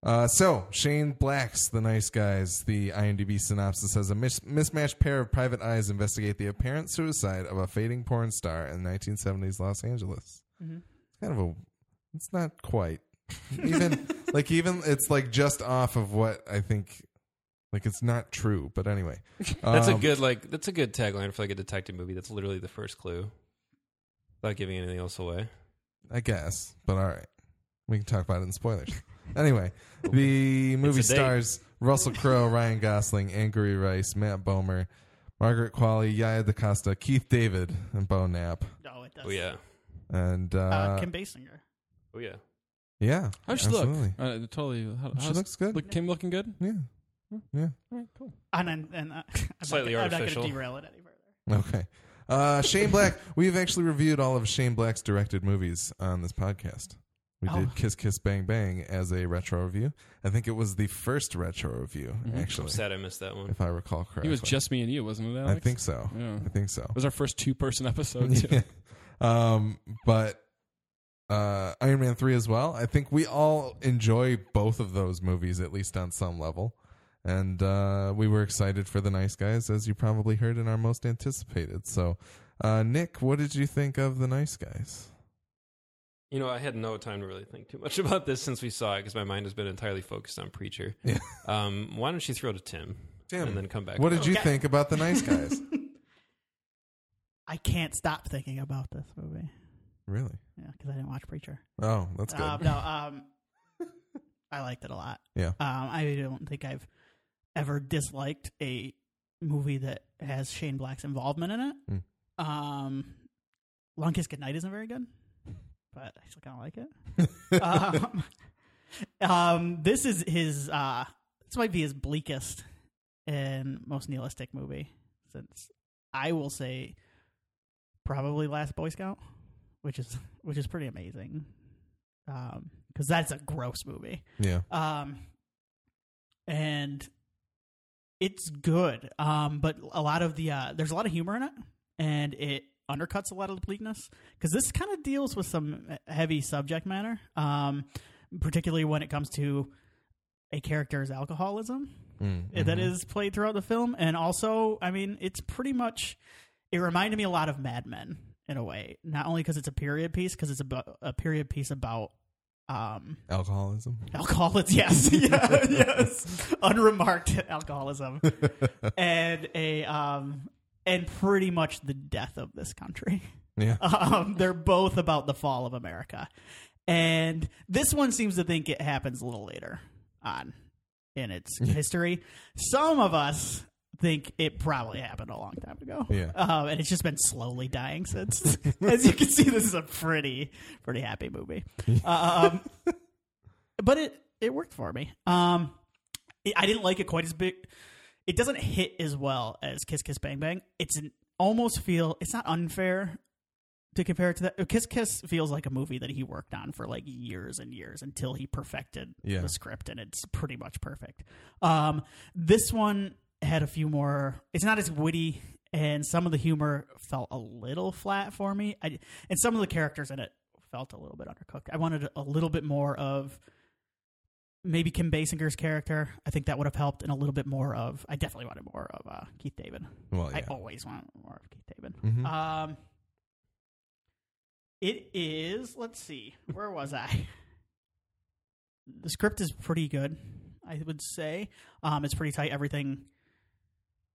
Uh, so Shane Black's The Nice Guys. The IMDb synopsis says a mis- mismatched pair of private eyes investigate the apparent suicide of a fading porn star in 1970s Los Angeles. It's kind of a. It's not quite *laughs* even like even it's like just off of what I think. Like it's not true, but anyway,
That's a
Um,
good like that's a good tagline for like a detective movie. That's literally the first clue. Without giving anything else away.
I guess, but all right. We can talk about it in spoilers. *laughs* anyway, the movie
It's a date.
stars Russell Crowe, Ryan Gosling, Angry Rice, Matt Bomer, Margaret Qualley, Yaya DaCosta, Keith David, and Bo Knapp.
no, it does.
Oh yeah.
And uh,
Uh, Kim Basinger.
Oh yeah.
yeah,
How does she
absolutely.
look? Uh, totally. How,
She
how's-
looks good.
Look, Kim looking good.
yeah, yeah.
All right, cool.
And, and, and uh, *laughs* I'm
Slightly
not, gonna-
artificial.
I'm not going to derail it any further.
Okay. Uh, Shane Black. We've actually reviewed all of Shane Black's directed movies on this podcast. We
Oh.
did Kiss Kiss Bang Bang as a retro review. I think it was the first retro review, actually,
Sad I missed that one.
if I recall correctly.
It was just me and you, wasn't it? Alex?
I think so.
Yeah.
I think so. *laughs*
*laughs*
It was our first two person episode. too.
um, but uh, Iron Man 3 as well. I think we all enjoy both of those movies, at least on some level. And uh, we were excited for The Nice Guys, as you probably heard in our most anticipated. So, uh, Nick, what did you think of The Nice Guys?
You know, I had no time to really think too much *laughs* about this since we saw it because my mind has been entirely focused on Preacher.
Yeah.
Um, why don't you throw to Tim,
Tim,
and then come back?
What did you
Okay.
think about The Nice Guys?
I can't stop thinking about this movie.
really?
Yeah, because I didn't watch Preacher.
Oh, that's good.
Um, no, um, *laughs* I liked it a lot.
Yeah.
Um, I don't think I've ever disliked a movie that has Shane Black's involvement in it.
Hmm.
Um, Long Kiss Goodnight isn't very good, but I still kind of like it.
*laughs*
um, um, this is his. Uh, this might be his bleakest and most nihilistic movie since I will say probably Last Boy Scout, which is which is pretty amazing because um, that's a gross movie.
yeah.
Um, and it's good, um, but a lot of the uh, there's a lot of humor in it, and it undercuts a lot of the bleakness because this kind of deals with some heavy subject matter, um, particularly when it comes to a character's alcoholism
Mm,
that
mhm.
is played throughout the film, and also, I mean, it's pretty much it reminded me a lot of Mad Men in a way, not only because it's a period piece, because it's about a period piece about um, *laughs*
Alcoholism.
alcoholism. Yes, *laughs* yeah, yes, unremarked alcoholism, and a um, and pretty much the death of this country.
Yeah.
*laughs* Um, they're both about the fall of America, and this one seems to think it happens a little later on in its history. Some of us think it probably happened a long time ago.
Yeah.
Um, and it's just been slowly dying since. *laughs* As you can see, this is a pretty, pretty happy movie. Um, but it it worked for me. Um, it- I didn't like it quite as big. It doesn't hit as well as Kiss Kiss Bang Bang. It's an almost feel. It's not unfair to compare it to that. Kiss Kiss feels like a movie that he worked on for like years and years until he perfected
Yeah.
the script, and it's pretty much perfect. Um, this one had a few more. It's not as witty, and some of the humor felt a little flat for me. I, and some of the characters in it felt a little bit undercooked. I wanted a little bit more of maybe Kim Basinger's character. I think that would have helped, and a little bit more of. I definitely wanted more of uh, Keith David.
Well, Oh, yeah.
I always want more of Keith David.
Mhm.
Um, it is. Let's see. Where was I? *laughs* The script is pretty good. I would say um, it's pretty tight. Everything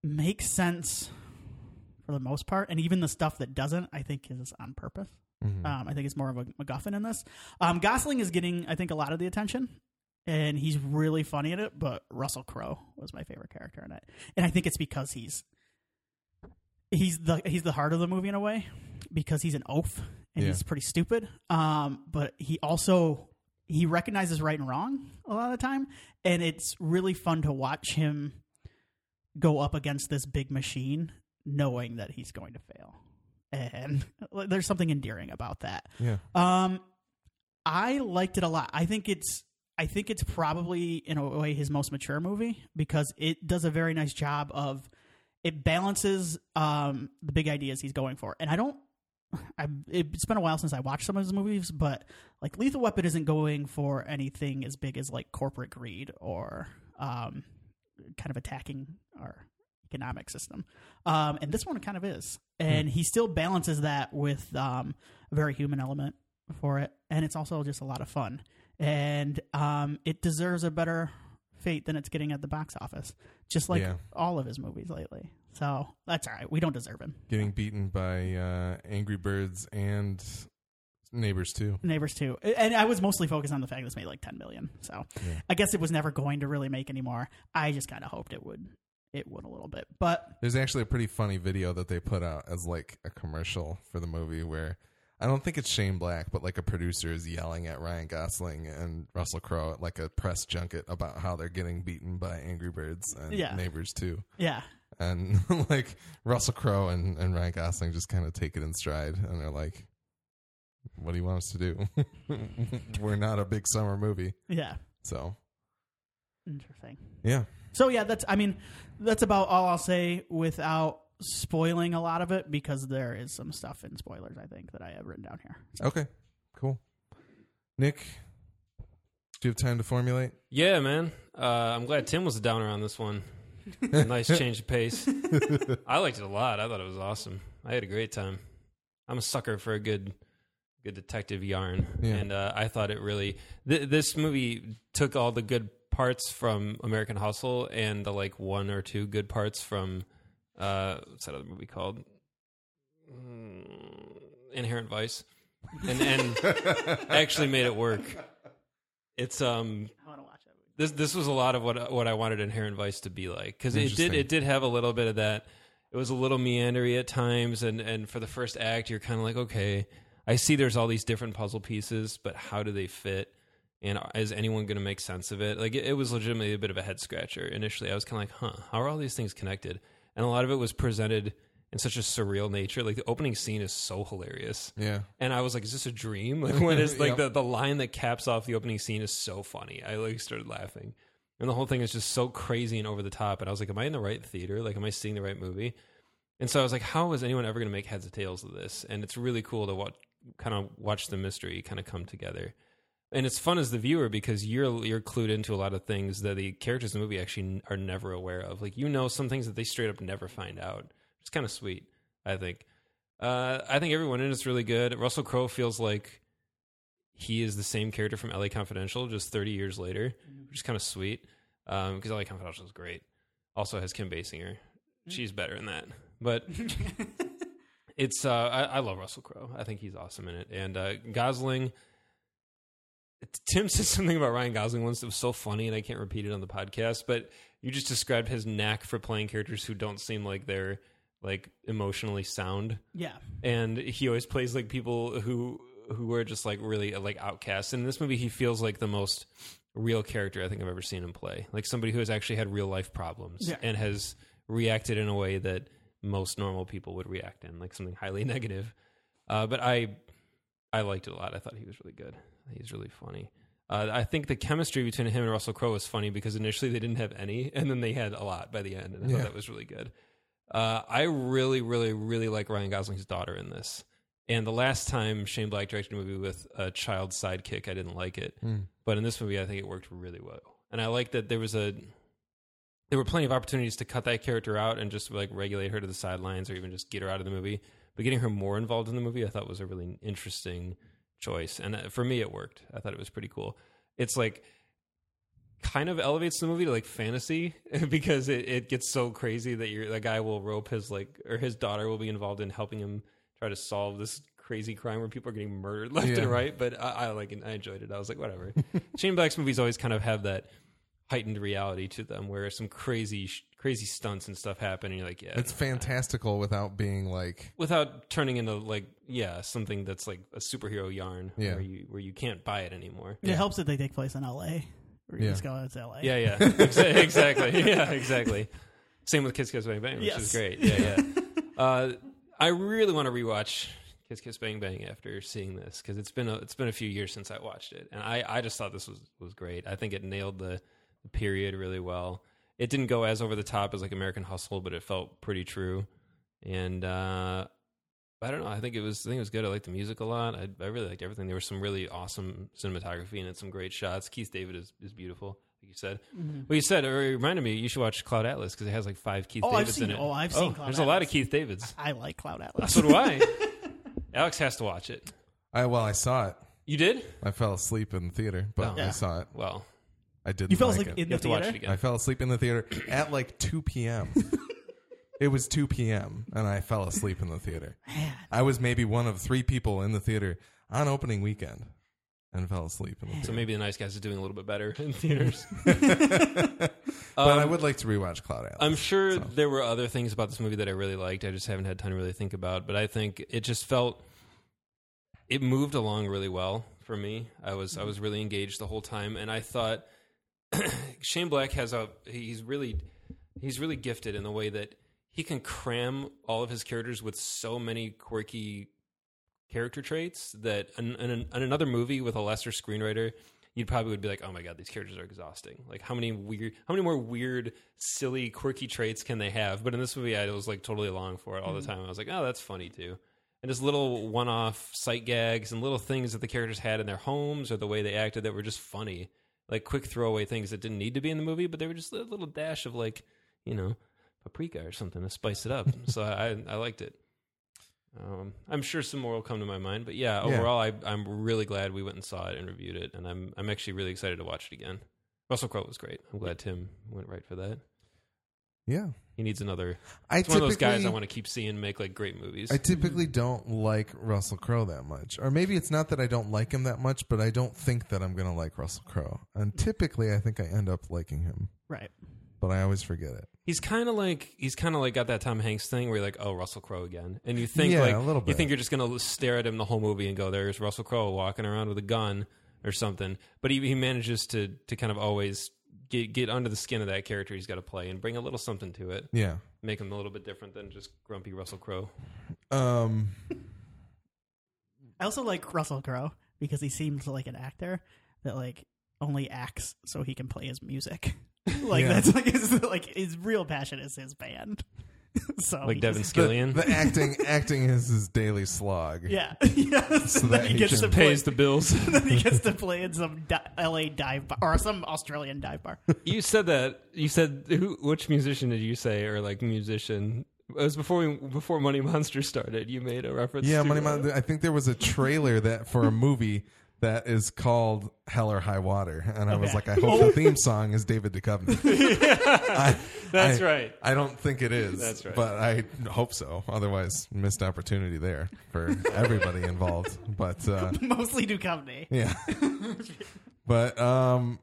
makes sense for the most part, and even the stuff that doesn't, I think, is on purpose.
Mhm.
Um, I think it's more of a MacGuffin in this. Um, Gosling is getting, I think, a lot of the attention, and he's really funny in it. But Russell Crowe was my favorite character in it, and I think it's because he's he's the he's the heart of the movie in a way because he's an oaf and
Yeah.
he's pretty stupid. Um, but he also he recognizes right and wrong a lot of the time, and it's really fun to watch him go up against this big machine, knowing that he's going to fail. And *laughs* there's something endearing about that.
yeah.
Um, I liked it a lot. I think it's I think it's probably in a way his most mature movie because it does a very nice job of it balances um the big ideas he's going for. And I don't. I, it's been a while since I watched some of his movies, but like Lethal Weapon isn't going for anything as big as like corporate greed or um, kind of attacking our economic system. Um, and this one kind of is. And he still balances that with um, a very human element for it. And it's also just a lot of fun. And um, it deserves a better fate than it's getting at the box office, just like
Yeah.
all of his movies lately. So that's all right. We don't deserve him.
Getting beaten by uh, Angry Birds and Neighbors too.
Neighbors too. And I was mostly focused on the fact this made like 10 million. So
Yeah.
I guess it was never going to really make any more. I just kind of hoped it would. It would a little bit, but
There's actually a pretty funny video that they put out as like a commercial for the movie where I don't think it's Shane Black, but like a producer is yelling at Ryan Gosling and Russell Crowe at like a press junket about how they're getting beaten by Angry Birds and
Yeah.
Neighbors too.
yeah,
And *laughs* like Russell Crowe and, and Ryan Gosling just kind of take it in stride and they're like, what do you want us to do? *laughs* We're not a big summer movie.
yeah.
So,
Interesting.
yeah.
So yeah, that's I mean, that's about all I'll say without spoiling a lot of it because there is some stuff in spoilers I think that I have written down here. So,
Okay. Cool. Nick, do you have time to formulate?
Yeah, man. Uh, I'm glad Tim was a downer on this one. nice change of pace. I liked it a lot. I thought it was awesome. I had a great time. I'm a sucker for a good, good detective yarn,
Yeah.
and uh, I thought it really. Th- this movie took all the good parts from American Hustle and the like one or two good parts from uh, what's that other movie called? Mm, Inherent Vice, and and actually made it work. It's um
I want to watch it.
this this was a lot of what what I wanted Inherent Vice to be like because it
Interesting.
did it did have a little bit of that. It was a little meandery at times, and and for the first act, you're kind of like, okay, I see there's all these different puzzle pieces, but how do they fit? And is anyone going to make sense of it? Like it, it was legitimately a bit of a head scratcher initially. I was kind of like, huh, how are all these things connected? And a lot of it was presented in such a surreal nature. Like the opening scene is so hilarious
Yeah.
and I was like, "Is this a dream?" *laughs* Like when it's like
Yep.
the, the line that caps off the opening scene is so funny. I like started laughing, and the whole thing is just so crazy and over the top. And I was like, "Am I in the right theater? Like, am I seeing the right movie?" And so I was like, "How is anyone ever going to make heads or tails of this?" And it's really cool to watch, kind of watch the mystery kind of come together. And it's fun as the viewer because you're you're clued into a lot of things that the characters in the movie actually n- are never aware of. Like you know some things that they straight up never find out. It's kind of sweet, I think. Uh, I think everyone in it's really good. Russell Crowe feels like he is the same character from LA Confidential just 30 years later, which is kind of sweet um, because LA Confidential is great. Also has Kim Basinger. She's better in that. But *laughs* it's, uh, I, I love Russell Crowe. I think he's awesome in it. And uh, Gosling, Tim said *laughs* something about Ryan Gosling once that was so funny, and I can't repeat it on the podcast, but you just described his knack for playing characters who don't seem like they're like emotionally sound
Yeah.
and he always plays like people who who are just like really uh, like outcasts. In this movie, he feels like the most real character I think I've ever seen him play, like somebody who has actually had real life problems
Yeah.
and has reacted in a way that most normal people would react in, like something highly *laughs* negative. Uh, but I I liked it a lot. I thought he was really good. He's really funny. Uh, I think the chemistry between him and Russell Crowe was funny because initially they didn't have any, and then they had a lot by the end, and I
Yeah.
thought that was really good. Uh, I really, really, really like Ryan Gosling's daughter in this. And the last time Shane Black directed a movie with a child sidekick, I didn't like it. But in this movie, I think it worked really well. And I like that there was a there were plenty of opportunities to cut that character out and just like regulate her to the sidelines or even just get her out of the movie. But getting her more involved in the movie, I thought was a really interesting choice. And uh, for me, it worked. I thought it was pretty cool. It's like kind of elevates the movie to like fantasy *laughs* because it, it gets so crazy that you're, the guy will rope his like or his daughter will be involved in helping him try to solve this crazy crime where people are getting murdered left
Yeah.
and right. But I, I like it. I enjoyed it. I was like, whatever. Shane Black's movies always kind of have that heightened reality to them where some crazy sh- crazy stunts and stuff happen and you're like yeah
It's fantastical without being like
without turning into like yeah something that's like a superhero yarn
Yeah.
where you where you can't buy it anymore
It helps that they take place in L.A. Where you
Yeah.
just go "Oh, out to L.A.
yeah yeah Exa- *laughs* exactly yeah exactly same with Kiss Kiss Bang Bang which
Yes.
is great yeah yeah uh, I really want to rewatch Kiss Kiss Bang Bang after seeing this because it's been a, it's been a few years since I watched it and I I just thought this was was great I think it nailed the the period really well it didn't go as over the top as like American Hustle but it felt pretty true and uh I don't know. I think it was. I think it was good. I liked the music a lot. I, I really liked everything. There was some really awesome cinematography in it. Some great shots. Keith David is, is beautiful, like you said.
Mm-hmm.
Well, you said it reminded me. You should watch Cloud Atlas because it has like five Keith
Oh, I've
Davids
seen-
in it.
oh, I've seen Cloud
There's a lot
Atlas.
of Keith
*laughs*
Davids.
I like Cloud Atlas.
So do I. Alex has to watch it.
I well, I saw it.
You did?
I fell asleep in the theater, but
Oh.
I
Yeah.
saw it.
Well,
I didn't.
You fell
like
asleep
it.
in
you
the
have to watch it
theater.
again.
I fell asleep in the theater at like 2
*laughs*
p.m. it was 2 p.m. and I fell asleep in the theater. I was maybe one of three people in the theater on opening weekend and fell asleep. In the
so
theater.
maybe the Nice Guys is doing a little bit better
*laughs*
in theaters.
*laughs* but I would like to rewatch Cloud Atlas.
Um, I'm sure there were other things about this movie that I really liked. I just haven't had time to really think about. But I think it just felt it moved along really well for me. I was I was really engaged the whole time, and I thought *clears throat* Shane Black has a he's really he's really gifted in the way that he can cram all of his characters with so many quirky character traits that in, in, in another movie with a lesser screenwriter you'd probably would be like oh my god these characters are exhausting like how many weird how many more weird silly quirky traits can they have but in this movie i was like totally along for it all the time i was like oh that's funny too and just little one-off sight gags and little things that the characters had in their homes or the way they acted that were just funny, like quick throwaway things that didn't need to be in the movie, but they were just a little dash of like, you know, paprika or something to spice it up. so I I liked it. Um, I'm sure some more will come to my mind, but yeah,
Yeah.
overall, I, I'm really glad we went and saw it and reviewed it, and I'm I'm actually really excited to watch it again. Russell Crowe was great. I'm glad Tim went right for that.
Yeah.
He needs another.
I
It's one of those guys I
typically-
want to keep seeing make like great movies.
I typically don't like Russell Crowe that much. Or maybe it's not that I don't like him that much, but I don't think that I'm going to like Russell Crowe. And typically I think I end up liking him,
Right.
but I always forget it.
he's kind of like he's kind of like got that Tom Hanks thing where you're like, oh, Russell Crowe again, and you think
Yeah,
like
a little
you
bit.
think you're just gonna stare at him the whole movie and go, there's Russell Crowe walking around with a gun or something, but he he manages to to kind of always get get under the skin of that character he's got to play and bring a little something to it,
Yeah.
make him a little bit different than just grumpy Russell Crowe.
Um
I also like Russell Crowe because he seems like an actor that like only acts so he can play his music. *laughs* like
Yeah.
that's like his like his real passion is his band. *laughs*
Oh,
so
Like
he
Devin
just-
the,
Skillion
the acting *laughs* acting is his daily slog.
yeah, *laughs* yeah. So
So
then
that
he
he
gets
just
to play, *laughs*
pays the bills.
then he gets to play in some di- L.A. dive bar or some Australian dive bar. *laughs*
You said that. You said who, which musician did you say, or like musician? It was before we, before Money Monster started. You made a reference.
Yeah,
to,
Money
uh,
Mon- I think there was a trailer that for a movie that is called Hell or High Water, and I was like,
Okay.
I
Oh.
hope the theme song is David
*laughs*
Duchovny. I-
That's
I-
right.
I don't think it is.
That's right.
But I hope so. Otherwise, missed opportunity there for everybody involved. But
*laughs*
uh,
Mostly Duchovny.
yeah, but um,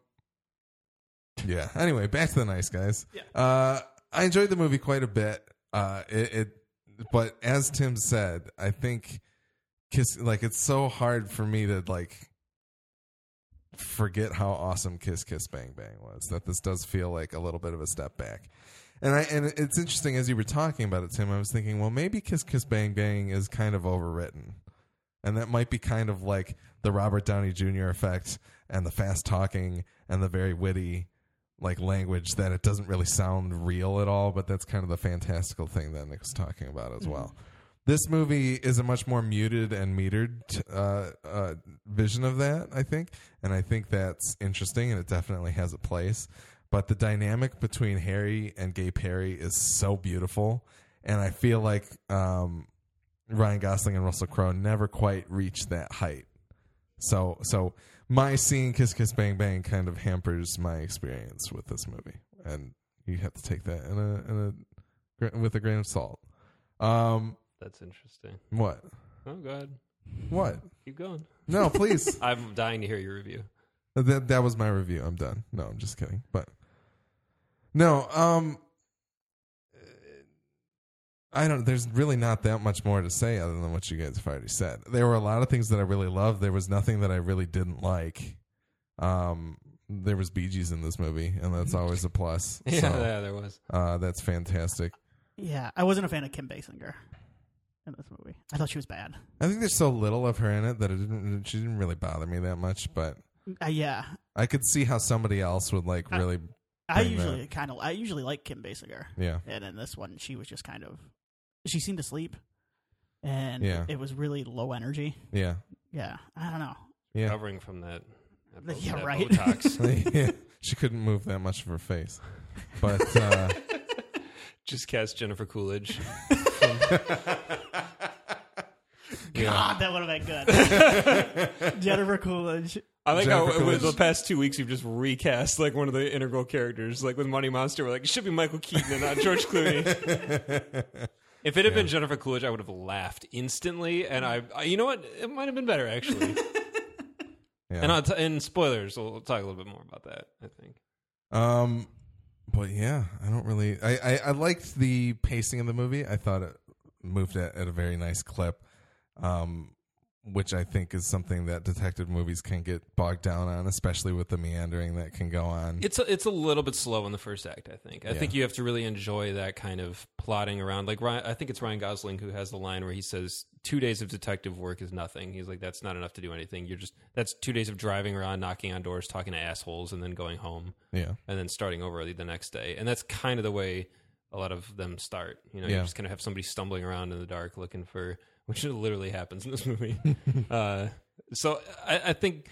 yeah. Anyway, back to the nice guys.
Yeah.
Uh, I enjoyed the movie quite a bit. Uh, it, it, but as Tim said, I think Kiss like it's so hard for me to like forget how awesome Kiss Kiss Bang Bang was. That this does feel like a little bit of a step back. And I and it's interesting as you were talking about it, Tim. I was thinking, well, maybe Kiss Kiss Bang Bang is kind of overwritten, and that might be kind of like the Robert Downey Jr. effect and the fast talking and the very witty like language that it doesn't really sound real at all. But that's kind of the fantastical thing that Nick was talking about as well. This movie is a much more muted and metered uh, uh, vision of that, I think, and I think that's interesting, and it definitely has a place but the dynamic between Harry and Gay Perry is so beautiful, and I feel like um, Ryan Gosling and Russell Crowe never quite reached that height. So, so my seeing Kiss Kiss Bang Bang kind of hampers my experience with this movie, and you have to take that in a, in a gra- with a grain of salt. Um,
That's interesting.
what?
Oh, go ahead.
What?
Keep going.
No, please.
I'm dying to hear your review. *laughs*
That that was my review. I'm done. No, I'm just kidding. But no, um I don't there's really not that much more to say other than what you guys have already said. There were a lot of things that I really loved. There was nothing that I really didn't like. Um there was Bee Gees in this movie, and that's always a plus.
*laughs* Yeah,
So
yeah, there was.
uh that's fantastic.
Yeah, I wasn't a fan of Kim Basinger in this movie. I thought she was bad.
I think there's so little of her in it that it didn't she didn't really bother me that much, but
Uh, yeah,
I could see how somebody else would like
I-
really
I
Bring that.
usually kind of I usually like Kim Basinger.
yeah.
and in this one she was just kind of she seemed to sleep and
Yeah.
it was really low energy
Yeah.
yeah i don't know
Yeah.
Recovering from that. that
The-
bo-
yeah,
that *laughs*
right. *laughs*
Botox.
Yeah. she couldn't move that much of her face. But uh,
Just cast
*laughs*
Jennifer Coolidge.
god that would have been
*laughs*
good jennifer coolidge
I like how
Jennifer
with the
Coolidge.
past two weeks we've just recast like one of the integral characters. Like with Money Monster, we're like, it should be Michael Keaton and not
*laughs*
George Clooney. if it had been Jennifer Coolidge, I would have laughed instantly. And I, I you know what, it might have been better actually.
yeah.
and I'll t- and spoilers, we'll talk a little bit more about that. I think.
um, but yeah, I don't really. I, I I liked the pacing of the movie. I thought it moved at, at a very nice clip, um, which I think is something that detective movies can get bogged down on, especially with the meandering that can go on.
It's a, it's a little bit slow in the first act. I think. I
Yeah.
think you have to really enjoy that kind of plotting around. Like Ryan, I think it's Ryan Gosling who has the line where he says, two days of detective work is nothing." He's like, "That's not enough to do anything. You're just that's two days of driving around, knocking on doors, talking to assholes, and then going home,
yeah,
and then starting over the next day." And that's kind of the way a lot of them start. You know, you
Yeah.
just kind of have somebody stumbling around in the dark looking for which literally happens in this *laughs* movie. uh, so I, I think,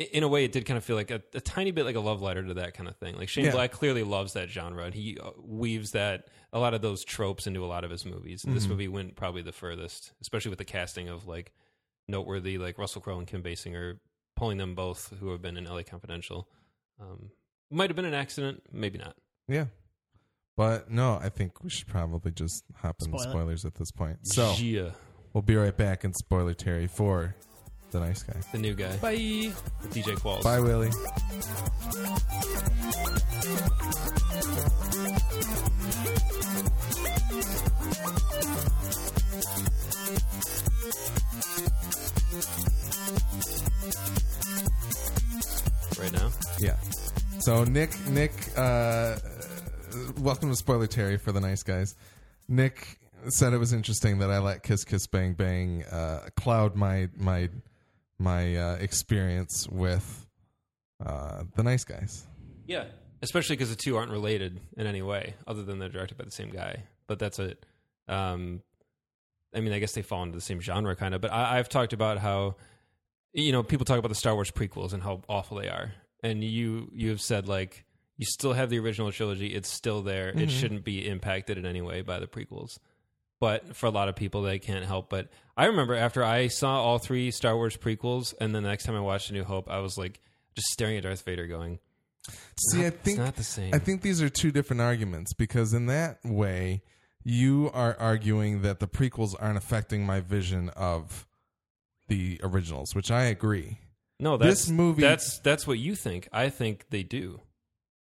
i- in a way, it did kind of feel like a, a tiny bit like a love letter to that kind of thing. Like Shane
Yeah.
Black clearly loves that genre, and he uh, weaves that a lot of those tropes into a lot of his movies. And This
Mm-hmm.
movie went probably the furthest, especially with the casting of like noteworthy like Russell Crowe and Kim Basinger, pulling them both who have been in LA Confidential. Um, might have been an accident, maybe not.
Yeah. But no, I think we should probably just hop into
Spoil it.
spoilers at this point. So
yeah,
we'll be right back in spoiler Terry for the nice guy.
the new guy,
Bye.
DJ Qualls.
Bye, Willie.
right now.
Yeah. So Nick, Nick, uh, welcome to spoiler Terry for the nice guys. Nick said it was interesting that I let Kiss Kiss Bang Bang uh, cloud my my my uh, experience with uh, the nice guys.
Yeah, especially because the two aren't related in any way, other than they're directed by the same guy. But that's it. Um, I mean, I guess they fall into the same genre, kind of. But I, I've talked about how you know people talk about the Star Wars prequels and how awful they are, and you you have said like you still have the original trilogy; it's still there. It shouldn't be impacted in any way by the prequels. But for a lot of people, they can't help. But I remember after I saw all three Star Wars prequels, and then the next time I watched A New Hope, I was like just staring at Darth Vader, going,
See, I think
it's not the same.
I think these are two different arguments because in that way you are arguing that the prequels aren't affecting my vision of the originals, which I agree.
no, that's,
this movie-
That's that's what you think. I think they do.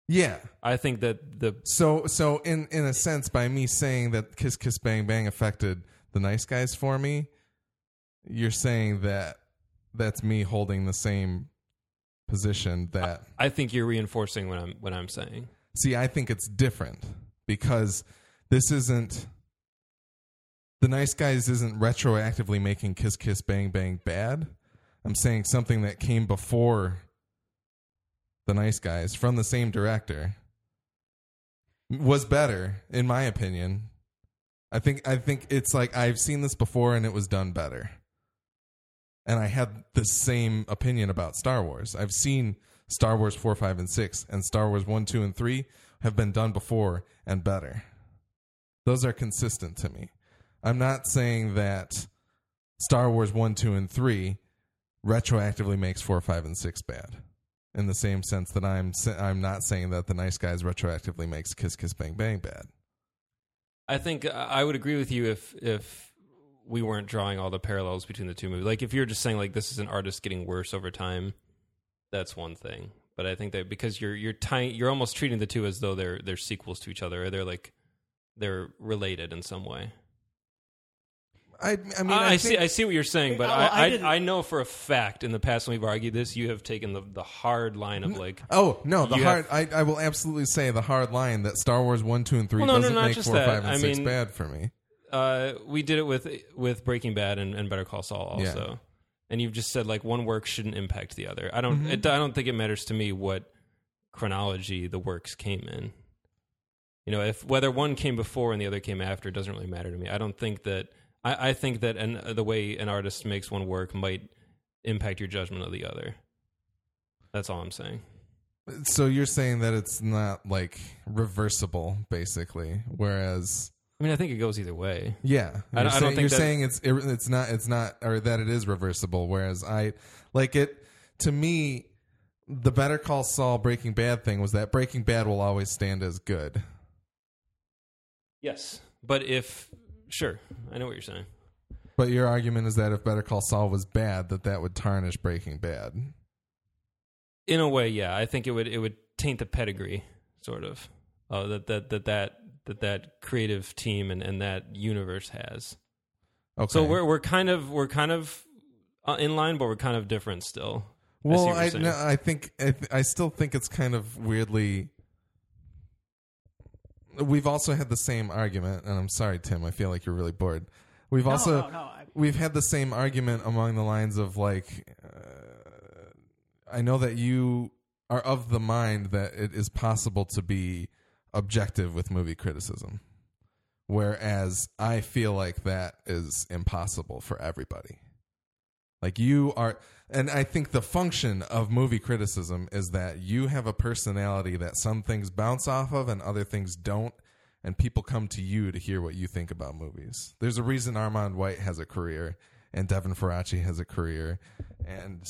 Yeah.
I think that the
So so in in a sense by me saying that Kiss Kiss Bang Bang affected the nice guys for me, you're saying that that's me holding the same position that
I think you're reinforcing what I'm what I'm saying.
See, I think it's different because this isn't the nice guys isn't retroactively making Kiss Kiss Bang Bang bad. I'm saying something that came before the nice guys from the same director was better in my opinion. I think I think it's like I've seen this before and it was done better. And I had the same opinion about Star Wars. I've seen Star Wars 4, 5 and 6 and Star Wars 1, 2 and 3 have been done before and better. Those are consistent to me. I'm not saying that Star Wars 1, 2 and 3 retroactively makes 4, 5 and 6 bad. In the same sense that I'm sa- I'm not saying that the nice guys retroactively makes Kiss Kiss Bang Bang bad.
I think I- I would agree with you if if we weren't drawing all the parallels between the two movies. Like if you're just saying like this is an artist getting worse over time, that's one thing. But I think that because you're you're tying you're almost treating the two as though they're they're sequels to each other or they're like they're related in some way.
I I mean
Ah, I,
I,
see.
think- Oh,
I see what you're saying, but
Well, I
I,
didn't-
I, I know for a fact in the past when we've argued this, you have taken the the hard line of like.
Oh no! The
You
hard
have-
I, I will absolutely say the hard line that Star Wars one, two, and three
Well, no, no,
doesn't
not
make
just
four,
that.
five, and
I
six
mean-
bad for me.
Uh, we did it with with Breaking Bad and, and Better Call Saul
Yeah.
also, and you've just said like one work shouldn't impact the other. I don't.
Mm-hmm.
It, I don't think it matters to me what chronology the works came in. You know, if whether one came before and the other came after doesn't really matter to me. I don't think that. I, I think that an, the way an artist makes one work might impact your judgment of the other. That's all I'm saying.
So you're saying that it's not like reversible, basically. Whereas,
I mean, I think it goes either way.
yeah,
I don't-
you're
I don't
saying,
think
you're
that-
saying it's ir- it's not it's not or that it is reversible. Whereas I like it to me, the Better Call Saul Breaking Bad thing was that Breaking Bad will always stand as good.
Yes, but if sure, I know what you're saying.
But your argument is that if Better Call Saul was bad, that that would tarnish Breaking Bad.
In a way, yeah, I think it would it would taint the pedigree, sort of, uh, that that that that that that creative team and, and that universe has.
Okay.
So we're we're kind of we're kind of uh, in line, but we're kind of different still. I see
Well,
what you're
I,
saying.
no, I think I, th- I still think it's kind of weirdly. We've also had the same argument, and I'm sorry, Tim. I feel like you're really bored. We've
No,
also
no, no, I-
we've had the same argument along the lines of like, uh, I know that you are of the mind that it is possible to be objective with movie criticism, Whereas I feel like that is impossible for everybody. Like you are, and I think the function of movie criticism is that you have a personality that some things bounce off of and other things don't, and people come to you to hear what you think about movies. There's a reason Armand White has a career, and Devin Faraci has a career, and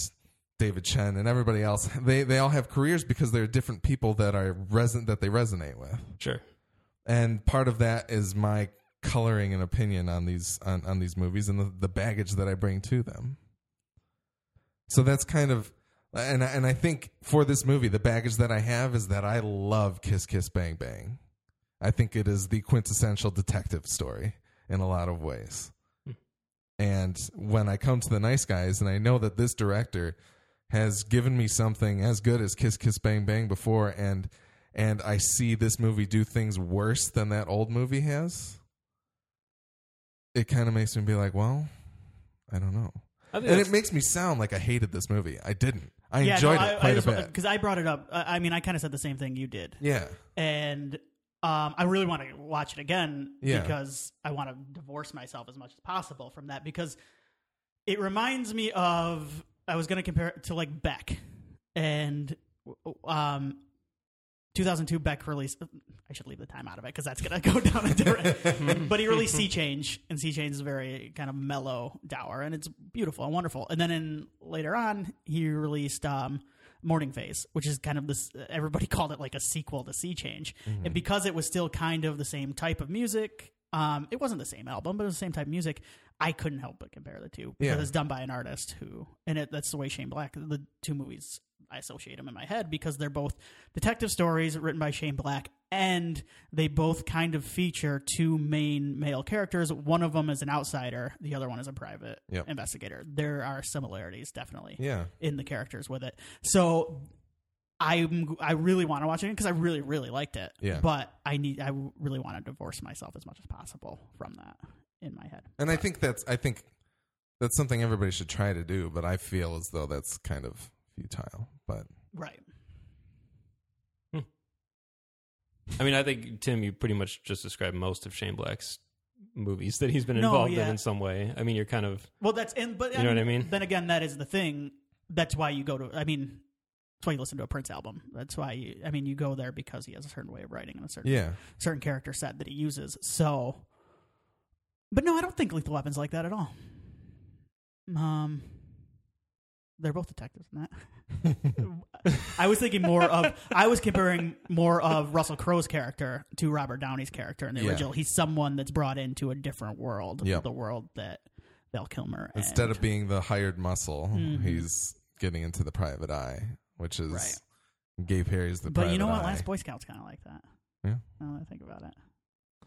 David Chen and everybody else. They they all have careers because they're different people that are reson that they resonate with
Sure.
and part of that is my coloring and opinion on these on, on these movies and the, the baggage that I bring to them. So that's kind of and I, and I think for this movie the baggage that I have is that I love Kiss Kiss Bang Bang. I think it is the quintessential detective story in a lot of ways. And when I come to the nice guys and I know that this director has given me something as good as Kiss Kiss Bang Bang before and and I see this movie do things worse than that old movie has, it kind of makes me be like, well, I don't know.
I
And
think that's-
it makes me sound like I hated this movie. I didn't. I
Yeah,
enjoyed it quite a bit.
Because I brought it up. I I mean, I kind of said the same thing you did.
yeah.
and um, I really want to watch it again
Yeah.
because I want to divorce myself as much as possible from that because it reminds me of I was going to compare it to like Beck and um, 2002 Beck released. I should leave the time out of it because that's going to go *laughs* down a different. but he released Sea Change, and Sea Change is very kind of mellow, dour, and it's beautiful and wonderful. And then in later on, he released um, Morning Phase, which is kind of this. Everybody *laughs* called it like a sequel to Sea Change, and because it was still kind of the same type of music. Um, it wasn't the same album, but it was the same type of music. I couldn't help but compare the two because
Yeah.
it's done by an artist who, and it, that's the way Shane Black. The two movies I associate them in my head because they're both detective stories written by Shane Black, and they both kind of feature two main male characters. One of them is an outsider, the other one is a private
Yep.
investigator. There are similarities, definitely,
Yeah.
in the characters with it. So. I I really want to watch it because I really really liked it.
Yeah.
But I need I really want to divorce myself as much as possible from that in my head.
And I think that's I think that's something everybody should try to do, but I feel as though that's kind of futile. But
Right.
I mean, I think Tim, you pretty much just described most of Shane Black's movies that he's been
No,
involved
yeah.
in in some way. I mean, you're kind of
Well, that's and but
You know what I mean?
Then again, that is the thing. That's why you go to. I mean, that's why you listen to a Prince album. That's why you. I mean, you go there because he has a certain way of writing and a certain
yeah.
certain character set that he uses. So, but no, I don't think Lethal Weapon's like that at all. Um, they're both detectives in
*laughs*
that. I was thinking more of. I was comparing more of Russell Crowe's character to Robert Downey's character in the
Yeah.
original. He's someone that's brought into a different world,
Yep.
the world that Val Kilmer.
Instead
and- Mm-hmm.
of being the hired muscle, he's getting into the private eye, which is Gay Perry's the
but
private
you know what?
eye.
Last Boy Scout's kind of like that.
Yeah.
Now that I think about it,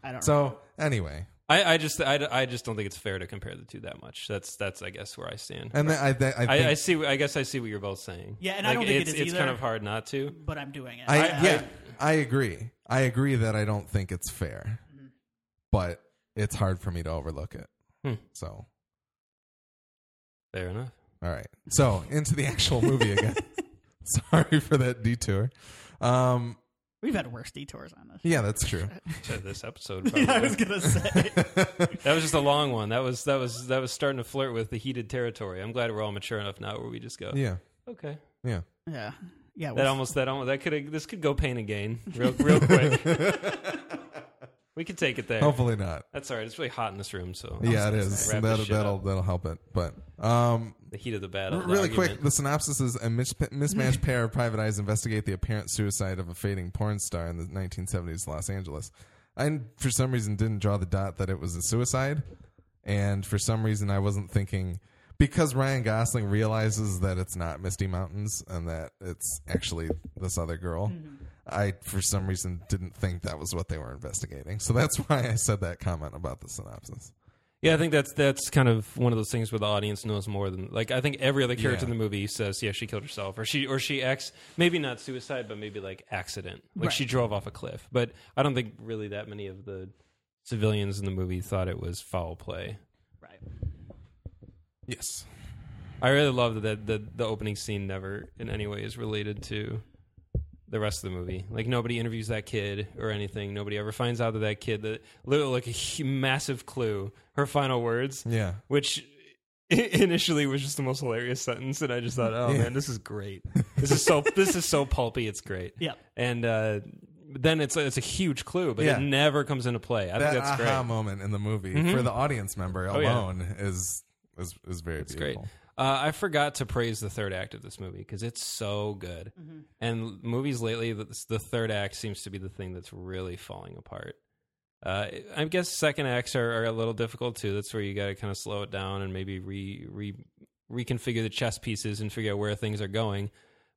I don't. know.
so anyway,
I, I just I, I just don't think it's fair to compare the two that much. That's that's I guess where I stand.
and then I, that, I,
I, I
think-
see. I guess I see what you're both saying.
Yeah, and I don't think it
it's,
is
it's
either.
kind of hard not to.
but I'm doing it.
I,
I-
yeah, I, agree. I agree that I don't think it's fair, but it's hard for me to overlook it.
Hmm.
So, all
Fair enough.
right. So into the actual
*laughs*
movie again. Sorry for that detour. Um,
We've had worse detours on this.
yeah, that's true. *laughs*
Said this
*laughs*
episode. Probably.
Yeah, I was gonna say.
that was just a long one. That was that was that was starting to flirt with the heated territory. I'm glad we're all mature enough now where we just go.
Yeah,
Okay.
yeah.
*laughs* yeah, yeah.
That
We'll,
almost that almost that could this could go pain and gain real
*laughs*
real quick. we could take it there.
Hopefully not.
That's all right. It's really hot in this room, so
yeah, it is.
Wrap
That,
this
will
shit up.
that'll that'll help it. But um,
the heat of the battle.
R-
the
really quick,
argument.
the synopsis is a mis- mismatched pair of private eyes investigate the apparent suicide of a fading porn star in the 1970s Los Angeles. I, for some reason, didn't draw the dot that it was a suicide, and for some reason, I wasn't thinking because Ryan Gosling realizes that it's not Misty Mountains and that it's actually this other girl. I, for some reason, didn't think that was what they were investigating. So that's why I said that comment about the synopsis.
Yeah, I think that's that's kind of one of those things where the audience knows more than like I think every other character
Yeah.
in the movie says, Yeah, she killed herself or she or she acts maybe not suicide, but maybe like accident. Like
Right.
she drove off a cliff. But I don't think really that many of the civilians in the movie thought it was foul play.
right.
Oh,
Yes.
I really love that the the opening scene never in any way is related to the rest of the movie. Like nobody interviews that kid or anything. Nobody ever finds out that that kid that literally like a hu- massive clue. Her final words,
Yeah.
which *laughs* i- initially was just the most hilarious sentence, and I just thought, oh
Yeah.
man, this is great.
*laughs*
This is so this is so pulpy. It's great.
Yep.
And uh, then it's it's a huge clue, but
Yeah.
it never comes into play. I
that uh-huh.
think that's
aha
great.
moment in the movie
Mhm.
for the audience member
Oh, yeah.
alone is is is very
It's great.
beautiful.
Uh, I forgot to praise the third act of this movie because it's so good. And movies lately, the, the third act seems to be the thing that's really falling apart. Uh, I guess second acts are, are a little difficult too. That's where you got to kind of slow it down and maybe re, re reconfigure the chess pieces and figure out where things are going.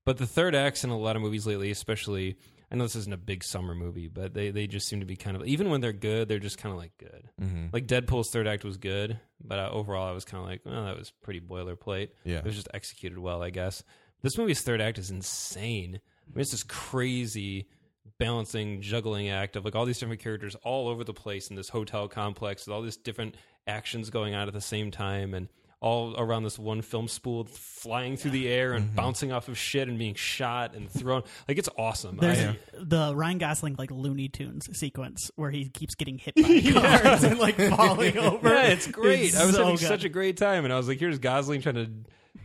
But the third acts in a lot of movies lately, especially, I know this isn't a big summer movie, but they, they just seem to be kind of even when they're good, they're just kind of like good.
Mhm.
Like Deadpool's third act was good, but uh, overall I was kind of like, oh, that was pretty boilerplate.
Yeah.
It was just executed well, I guess. This movie's third act is insane. I mean, it's this crazy balancing, juggling act of like all these different characters all over the place in this hotel complex with all these different actions going on at the same time and all around this one film spool flying through the air and bouncing off of shit and being shot and thrown. Like it's awesome.
There's
I-
the Ryan Gosling like Looney Tunes sequence where he keeps getting *laughs* hit by cars and like *laughs* falling over.
Yeah, it's great. I was
so
having
good.
such a great time, and I was like, "Here's Gosling trying to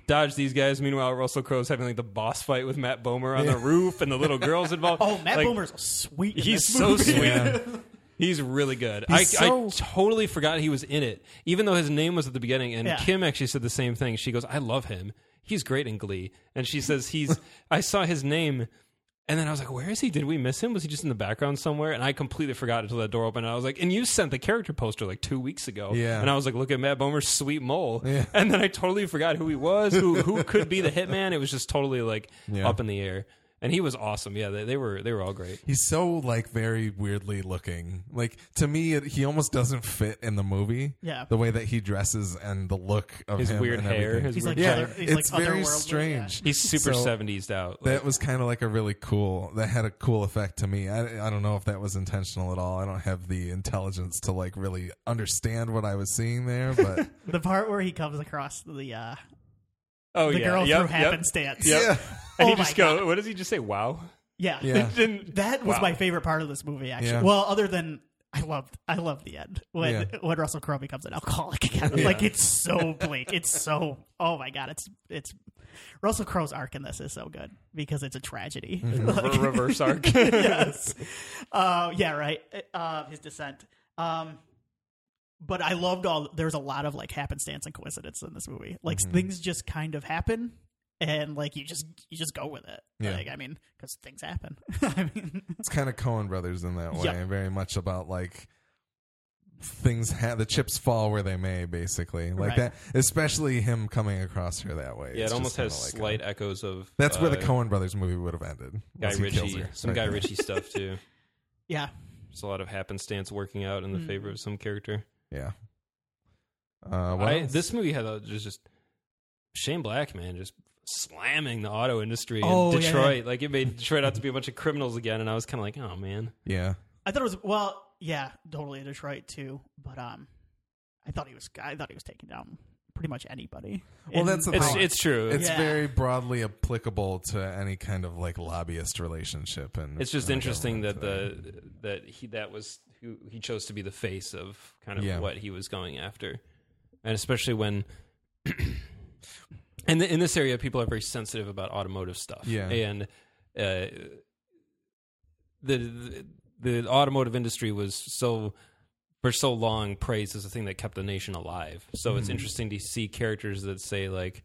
dodge these guys." Meanwhile, Russell Crowe's having like the boss fight with Matt Bomer on the roof, and the little girls involved.
*laughs* Oh, Matt
Like,
Bomer's sweet. in
He's
this
so
movie.
sweet.
Yeah.
He's really good.
He's
I, I
so-
totally forgot he was in it, even though his name was at the beginning. And
Yeah.
Kim actually said the same thing. She goes, "I love him. He's great in Glee." And she says,
*laughs*
"He's." I saw his name, and then I was like, "Where is he? Did we miss him? Was he just in the background somewhere?" And I completely forgot until that door opened. And I was like, "And you sent the character poster like two weeks ago."
Yeah.
And I was like, "Look at Matt Bomer's sweet mole."
Yeah.
*laughs* And then I totally forgot who he was, who who could be the hitman. It was just totally like
Yeah.
up in the air. And he was awesome. Yeah, they, they were they were all great.
He's so like very weirdly looking. Like to me, it, he almost doesn't fit in the movie.
Yeah.
the way that he dresses and the look of
His
him
weird
and
hair,
everything.
his
He's
weird
like
yeah,
other- he's
it's
like
very
otherworldly,
strange.
He's super
So-
70s out. Like,
that was kind of like a really cool that had a cool effect to me I, I don't know if that was intentional at all i don't have the intelligence to like really understand what i was seeing there
*laughs*
but
*laughs* The part where he comes across the uh,
oh,
the
yeah.
girl
yep,
through
yep.
happenstance.
Yep.
yeah
And he
Oh
just
my
go, what does he just say? Wow.
*laughs* Yeah.
Yeah.
Didn't-
That was
Wow.
my favorite part of this movie, actually.
Yeah.
Well, other than I loved, I loved the end when
Yeah.
when Russell Crowe becomes an alcoholic again. Like it's so bleak. It's so oh my god. It's it's Russell Crowe's arc in this is so good because it's a tragedy.
Mm-hmm.
*laughs*
Re- reverse arc.
yes. Uh, yeah, right. Uh, his descent. Um, but I loved all. There's a lot of like happenstance and coincidence in this movie. Like
Mm-hmm.
things just kind of happen, and like you just you just go with it.
Yeah.
Like I mean, because things happen. *laughs* I mean,
it's kind of cohen brothers in that way
Yeah.
very much about like things ha- the chips fall where they may basically like
Right.
that especially him coming across her that way
yeah, it
It's
almost
just kinda
has
like a-
slight echoes of.
that's where the
uh,
cohen brothers movie would have ended
Guy
once he kills
Ritchie.
her.
Some
Right.
Guy
*laughs*
Ritchie stuff, too.
yeah.
Just a lot of happenstance working out in the
Mm.
favor of some character.
yeah uh, what
I,
else?
this movie had a, there's just Shane Black, man, just slamming the auto industry
Oh, yeah,
in
yeah.
Detroit. Like, it made Detroit out to be a bunch of criminals again. And I was kind of like, oh, man.
yeah
I thought it was well. Yeah, totally in Detroit too. But um, I thought he was. I thought he was taking down pretty much anybody.
Well,
And-
that's the
It's,
Oh.
it's true.
It's
Yeah.
very broadly applicable to any kind of like lobbyist relationship, and
It's just
and
interesting that
government. uh,
the that he that was who he chose to be the face of kind of
Yeah.
what he was going after, and especially when. *clears throat* And in this area, people are very sensitive about automotive stuff.
Yeah.
and uh, the, the the automotive industry was so for so long praised as the thing that kept the nation alive. So it's interesting to see characters that say like,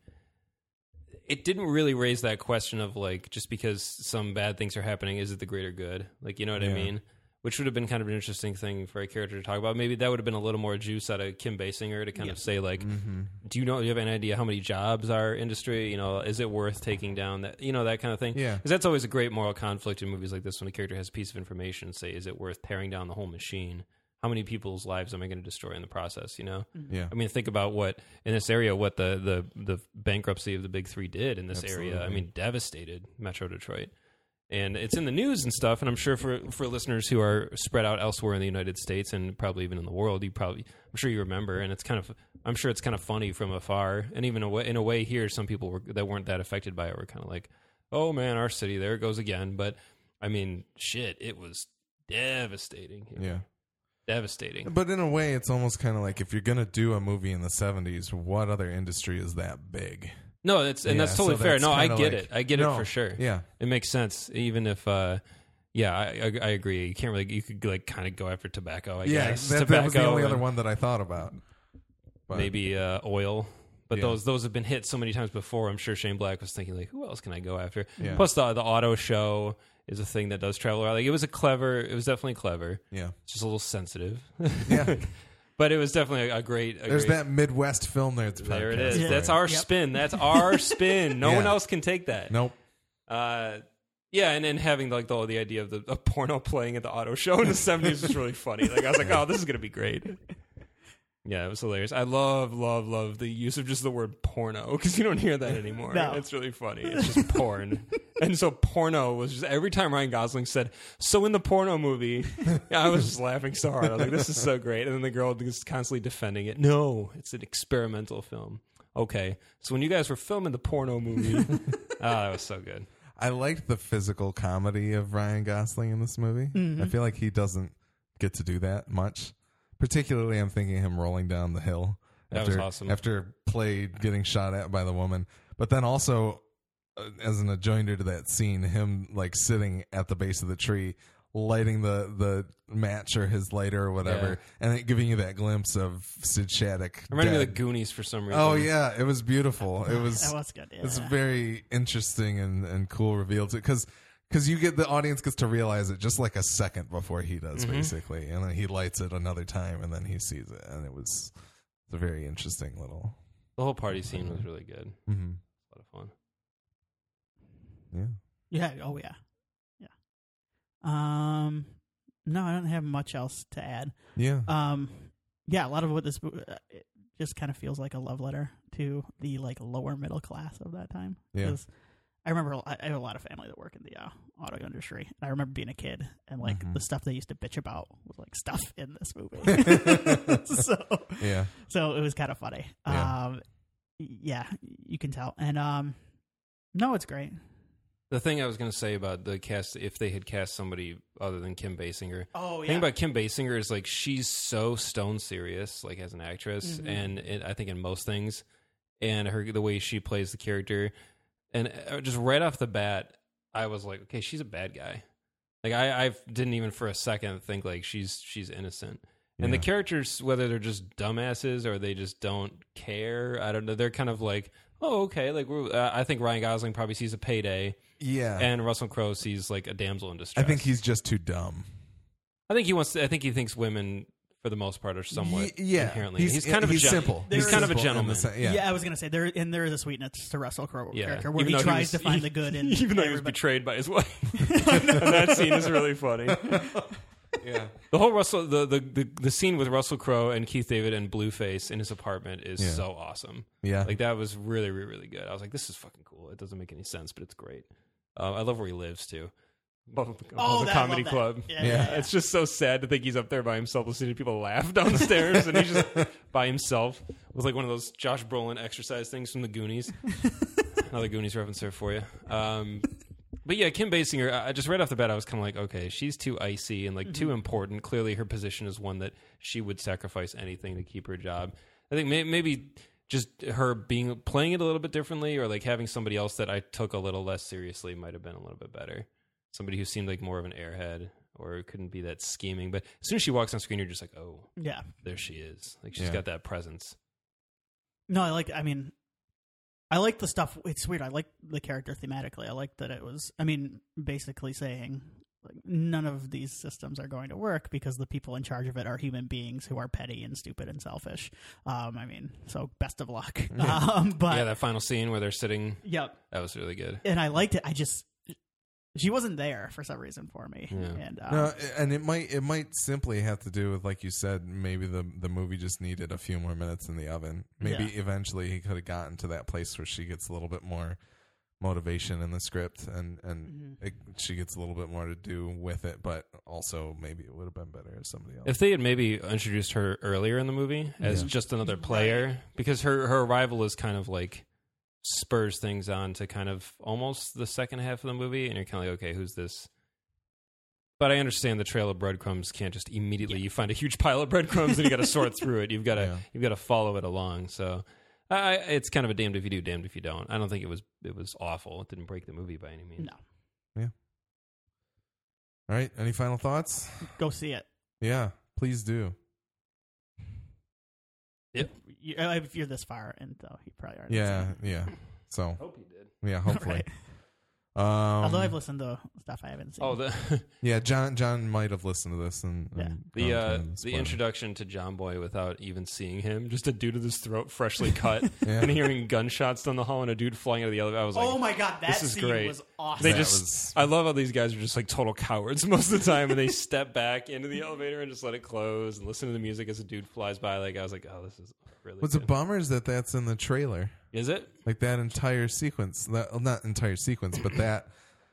it didn't really raise that question of like just because some bad things are happening, is it the greater good? Like you know what I
Yeah.
mean? Which would have been kind of an interesting thing for a character to talk about. Maybe that would have been a little more juice out of Kim Basinger to kind of say like,
Mm-hmm.
do you know? Do you have any idea how many jobs our industry? You know, is it worth taking down that? You know that kind of thing.
Yeah.
because that's always a great moral conflict in movies like this when a character has a piece of information. Say, is it worth tearing down the whole machine? How many people's lives am I going to destroy in the process? You know.
yeah,
I mean, think about what in this area, what the the the bankruptcy of the big three did in this area. I
Absolutely.
mean, devastated Metro Detroit, and it's in the news and stuff. And I'm sure for for listeners who are spread out elsewhere in the United States and probably even in the world, you probably I'm sure you remember. And it's kind of I'm sure it's kind of funny from afar, and even a way, in a way here, some people were, that weren't that affected by it were kind of like, oh man, our city, there it goes again. But I mean, shit, it was devastating. here.
Yeah.
Devastating.
But in a way, it's almost kind of like if you're going to do a movie in the 70s, what other industry is that big?
No, that's and that's
Yeah,
totally
so
fair.
that's
No, I
kinda
get
like-
it. I get
No,
it for sure.
Yeah.
It makes sense, even if, uh, yeah, I, I, I agree. You can't really, you could like kind of go after tobacco. I
yeah.
guess
That,
tobacco
that was the only
and
other one that I thought about. But-
maybe uh, oil. But
Yeah.
those those have been hit so many times before. I'm sure Shane Black was thinking like, who else can I go after?
Yeah.
Plus the the auto show is a thing that does travel around. Like it was a clever. It was definitely clever. *laughs*
Yeah.
It's Just a little sensitive.
Yeah.
*laughs* but it was definitely a, a great. A
There's
great,
that Midwest Film Nerds podcast.
There it is.
for
That's
you.
our
Yep.
spin. That's our spin.
*laughs*
No
Yeah.
one else can take that.
Nope.
Uh, yeah, and then having like the the idea of the a porno *laughs* playing at the auto show in the seventies was really funny. Like I was like, oh, this is gonna be great. Yeah, it was hilarious. I love, love, love the use of just the word porno because you don't hear that anymore.
No.
It's really funny. It's just porn. and so porno was just every time Ryan Gosling said, So in the porno movie, I was just laughing so hard. I was like, This is so great. And then the girl was constantly defending it. No, it's an experimental film. Okay. So when you guys were filming the porno movie, oh, that was so good.
I liked the physical comedy of Ryan Gosling in this movie. I feel like he doesn't get to do that much. Particularly, I'm thinking him rolling down the hill
That was
after
awesome.
after play getting shot at by the woman. But then also, uh, as an adjoinder to that scene, him like sitting at the base of the tree, lighting the the match or his lighter or whatever,
Yeah.
and it giving you that glimpse of Sid Shattuck.
Reminded me of the
dead.
Goonies for some reason.
Oh yeah, it was beautiful. It was
*laughs* That was good. Yeah.
it's very interesting and, and cool reveal to because because you get the audience gets to realize it just like a second before he does
Mm-hmm.
basically, and then he lights it another time, and then he sees it, and it was it's a very interesting little.
The whole party scene was really good.
Mm-hmm.
A lot of fun.
Yeah,
Yeah. Oh yeah. Yeah. Um. No, I don't have much else to add.
yeah,
Uh,
Um. Yeah, a lot of what this mo- uh, it just kind of feels like a love letter to the like lower middle class of that time.
Yeah.
'Cause I remember a- I have a lot of family that work in the uh, auto industry, and I remember being a kid and like
Mm-hmm.
Mhm.
the stuff they used to bitch about was like stuff in this
*laughs*
movie. *laughs* so
yeah,
so it was kind of funny.
Yeah.
Um, yeah, you can tell. And um, no, it's great.
The thing I was going to say about the cast, if they had cast somebody other than Kim Basinger,
Oh
the
yeah,
thing about Kim Basinger is like she's so stone serious, like as an actress,
Mhm.
and it, I think in most things, and her the way she plays the character, and uh, just right off the bat, I was like, okay, she's a bad guy. Like I, I didn't even for a second think like she's she's innocent. And the
Yeah.
characters, whether they're just dumbasses or they just don't care, I don't know. They're kind of like, oh, okay. Like we're, uh, I think Ryan Gosling probably sees a payday,
yeah.
and Russell Crowe sees like a damsel in
I
distress.
think he's just too dumb.
I think he wants. To, I think he thinks women, for the most part, are
Y-
somewhat
yeah,
inherently. He's, kind of
he's
a gen-
simple.
He's
There
kind
is-
of a
simple in the
gentleman.
sen-
yeah.
yeah,
I was gonna say there, and there is a sweetness to Russell Crowe
yeah,
character where
Even
he
though
tries
was- *laughs*
to find the good in
even though he was
everybody.
betrayed by his
*laughs*
wife. *laughs* and that scene is really funny.
yeah,
The whole Russell, the the the, the scene with Russell Crowe and Keith David and Blueface in his apartment is
Yeah.
so awesome.
yeah.
Like that was really really really good. I was like, this is fucking cool. It doesn't make any sense, but it's great. Uh, I love where he lives too. Above the, above
Oh,
the
that, I love
comedy
that.
club.
Yeah, yeah, yeah.
It's just so sad to think he's up there by himself listening to people laugh *laughs* downstairs and he's just by himself with like one of those Josh Brolin exercise things from the Goonies. Another Goonies reference there for you. Um, but yeah, Kim Basinger, I I just right off the bat, I was kind of like, okay, she's too icy and like too important. Clearly, her position is one that she would sacrifice anything to keep her job. I think may- maybe just her being playing it a little bit differently or like having somebody else that I took a little less seriously might have been a little bit better somebody who seemed like more of an airhead or couldn't be that scheming. But as soon as she walks on screen, you're just like, oh,
yeah.
there she is. Like she's
Yeah.
got that presence.
No, I like. I mean, I like the stuff. It's weird. I like the character thematically. I like that it was. I mean, basically saying like, none of these systems are going to work because the people in charge of it are human beings who are petty and stupid and selfish. Um, I mean, so best of luck. Um,
*laughs*
but
yeah, that final scene where they're sitting,
yep.
that was really good.
and I liked it. I just she wasn't there for some reason for me.
Yeah.
And um,
No, and it might it might simply have to do with like you said, maybe the the movie just needed a few more minutes in the oven. Maybe
Yeah.
eventually he could have gotten to that place where she gets a little bit more motivation in the script, and and
mhm.
it, she gets a little bit more to do with it. But also, maybe it would have been better if somebody else.
If they had maybe introduced her earlier in the movie as
Yeah.
just another player, because her, her arrival is kind of like spurs things on to kind of almost the second half of the movie, and you're kind of like, okay, who's this? But I understand the trail of breadcrumbs can't just immediately. You find a huge pile of breadcrumbs and you got to sort through it. You've got to
Yeah.
you've got to follow it along. So I, I- it's kind of a damned if you do, damned if you don't. I don't think it was it was awful. It didn't break the movie by any means.
No,
All right. Any final thoughts?
go see it.
Yeah. Please do.
Yep.
You, uh, if you're this far, and though you probably already.
Yeah.
*laughs*
Yeah. So
Hope you did.
yeah. Hopefully.
Right.
Um,
Although I've listened to stuff I haven't seen.
Oh, the *laughs*
yeah. John. John might have listened to this and,
Yeah.
and gone
the uh,
through and
the
spoiled it.
introduction to John Boy without even seeing him, just a dude with his
*laughs*
throat freshly cut,
Yeah.
and hearing gunshots down the hall and a dude flying out of the elevator. I was like,
oh my god, that
this is
scene
great.
was awesome.
they
That
just
was-
i love how these guys are just like total cowards *laughs* most of the time and they step back into the elevator and just let it close and listen to the music as a dude flies by like i was like oh this is really
What's a
good.
bummer is that that's in the trailer.
is it
Like that entire sequence. That, well, not entire sequence, but that.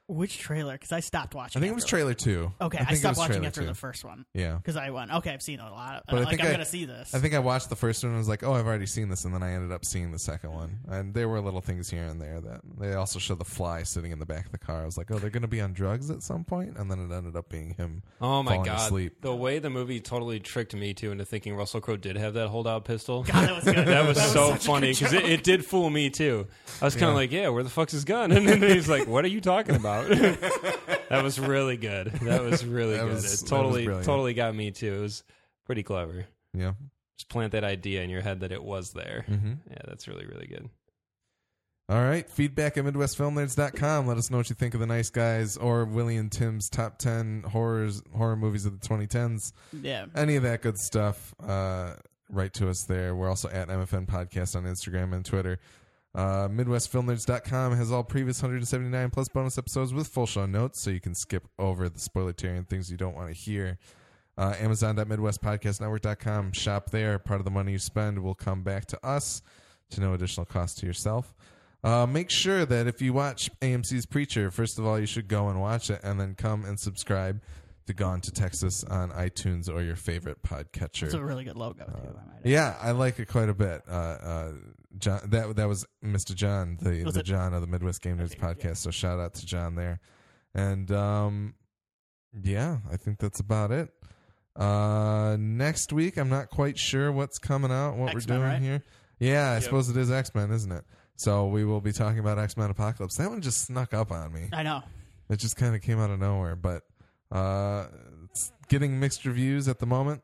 Which trailer? Because I stopped watching.
I think it was
after-
trailer two.
Okay, I,
think it
stopped
was
watching
trailer
after
two.
the first one
Yeah.
because I went. Okay, I've seen a lot.
But I
like
think
I'm
I-
gonna see this.
I think I watched the first one and was like, oh, I've already seen this. And then I ended up seeing the second one. And there were little things here and there that they also show the fly sitting in the back of the car. I was like, oh, they're going to be on drugs at some point? And then it ended up being him.
oh my
Falling
god
asleep.
the way the movie totally tricked me too into thinking russell crowe did have that holdout pistol
*laughs* *laughs* God, that
*laughs*
was good.
that was so
such a
funny
good
because it,
joke.
it did fool me too. I was kind of like, "Yeah, where the fuck's his gun?" *laughs* And then he's like, "What are you talking about?" *laughs* that was really good. That was really
That
good.
was- that was
it totally,
brilliant.
totally got me too. It was pretty clever.
Yeah.
just plant that idea in your head that it was there.
Mm-hmm.
Yeah, that's really, really good.
All right. Feedback at MidwestFilmNerds.com. Let us know what you think of The Nice Guys or Willie and Tim's top 10 horrors, horror movies of the 2010s.
*laughs* yeah.
any of that good stuff, uh, write to us there. We're also at MFN Podcast on Instagram and Twitter. Uh, MidwestFilmNerds.com has all previous 179 plus bonus episodes with full show notes, so you can skip over the spoiletarian things you don't want to hear. Uh, Amazon.MidwestPodcastNetwork.com. Shop there. Part of the money you spend will come back to us to no additional cost to yourself. Uh, make sure that if you watch AMC's Preacher, first of all, you should go and watch it and then come and subscribe to Gone to Texas on iTunes or your favorite podcatcher.
It's a really good logo too. I might add.
Yeah, I like it quite a bit. Uh, uh, John, that that was Mr. John, the,
Was
the
it-
John of the Midwest Game Nerds podcast. So shout out to John there, and um, yeah, I think that's about it. Uh, next week, I'm not quite sure what's coming out, what
X-Men,
we're doing
right?
here. Yeah, I
Yep.
suppose it is X Men, isn't it? So we will be talking about X Men Apocalypse. That one just snuck up on
*laughs*
me.
I know.
It just kind of came out of nowhere, but uh, it's getting mixed reviews at the moment.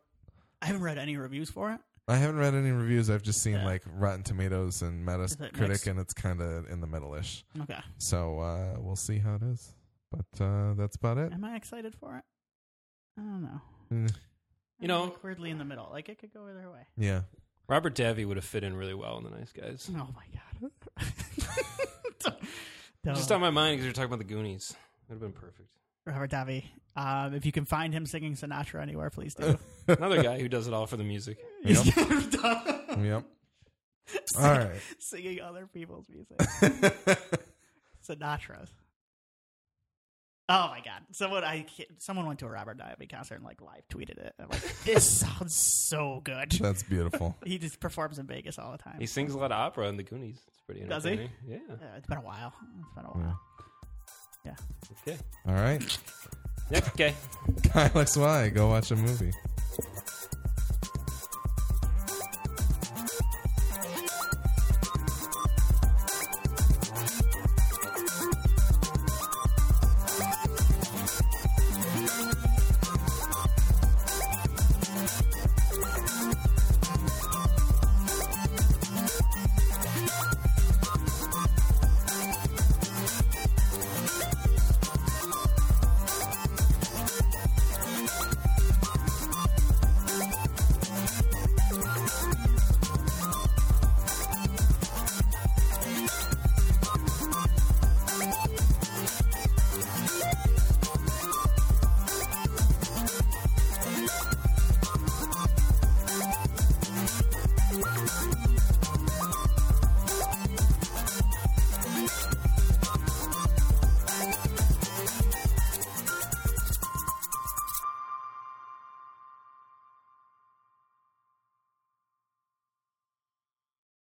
I haven't read any reviews for it.
I haven't read any reviews. I've just seen
Yeah.
like Rotten Tomatoes and
it
Metacritic,
mixed?
and it's kind of in the middle-ish.
Okay.
So uh, we'll see how it is. But uh, that's about it.
Am I excited for it? I don't know.
Mm,
You
I'm,
know-
like, weirdly in the middle. Like it could go either way. *laughs*
Yeah.
Robert Davi would have fit in really well in The Nice Guys.
Oh my god. *laughs* Don't-
Just on my mind because you're talking about the Goonies. Would have been perfect.
Robert Davi. Um, if you can find him singing Sinatra anywhere, please *laughs* do.
*laughs*
Another guy who does it all for the music.
Yep.
Duh.
yep.
*laughs*
All right.
Singing other people's music. Sinatra's. Oh my god! Someone I can't- someone went to a Robert Davi concert and like live tweeted it. I'm like, this sounds so good.
That's beautiful.
He just performs in Vegas all the time.
He sings a lot of opera in the Goonies. It's pretty
Does he?
entertaining. Yeah.
Uh, it's been a while. It's been a while. Yeah.
Okay.
All right. *laughs*
Yeah, okay.
Kyle XY, go watch a movie.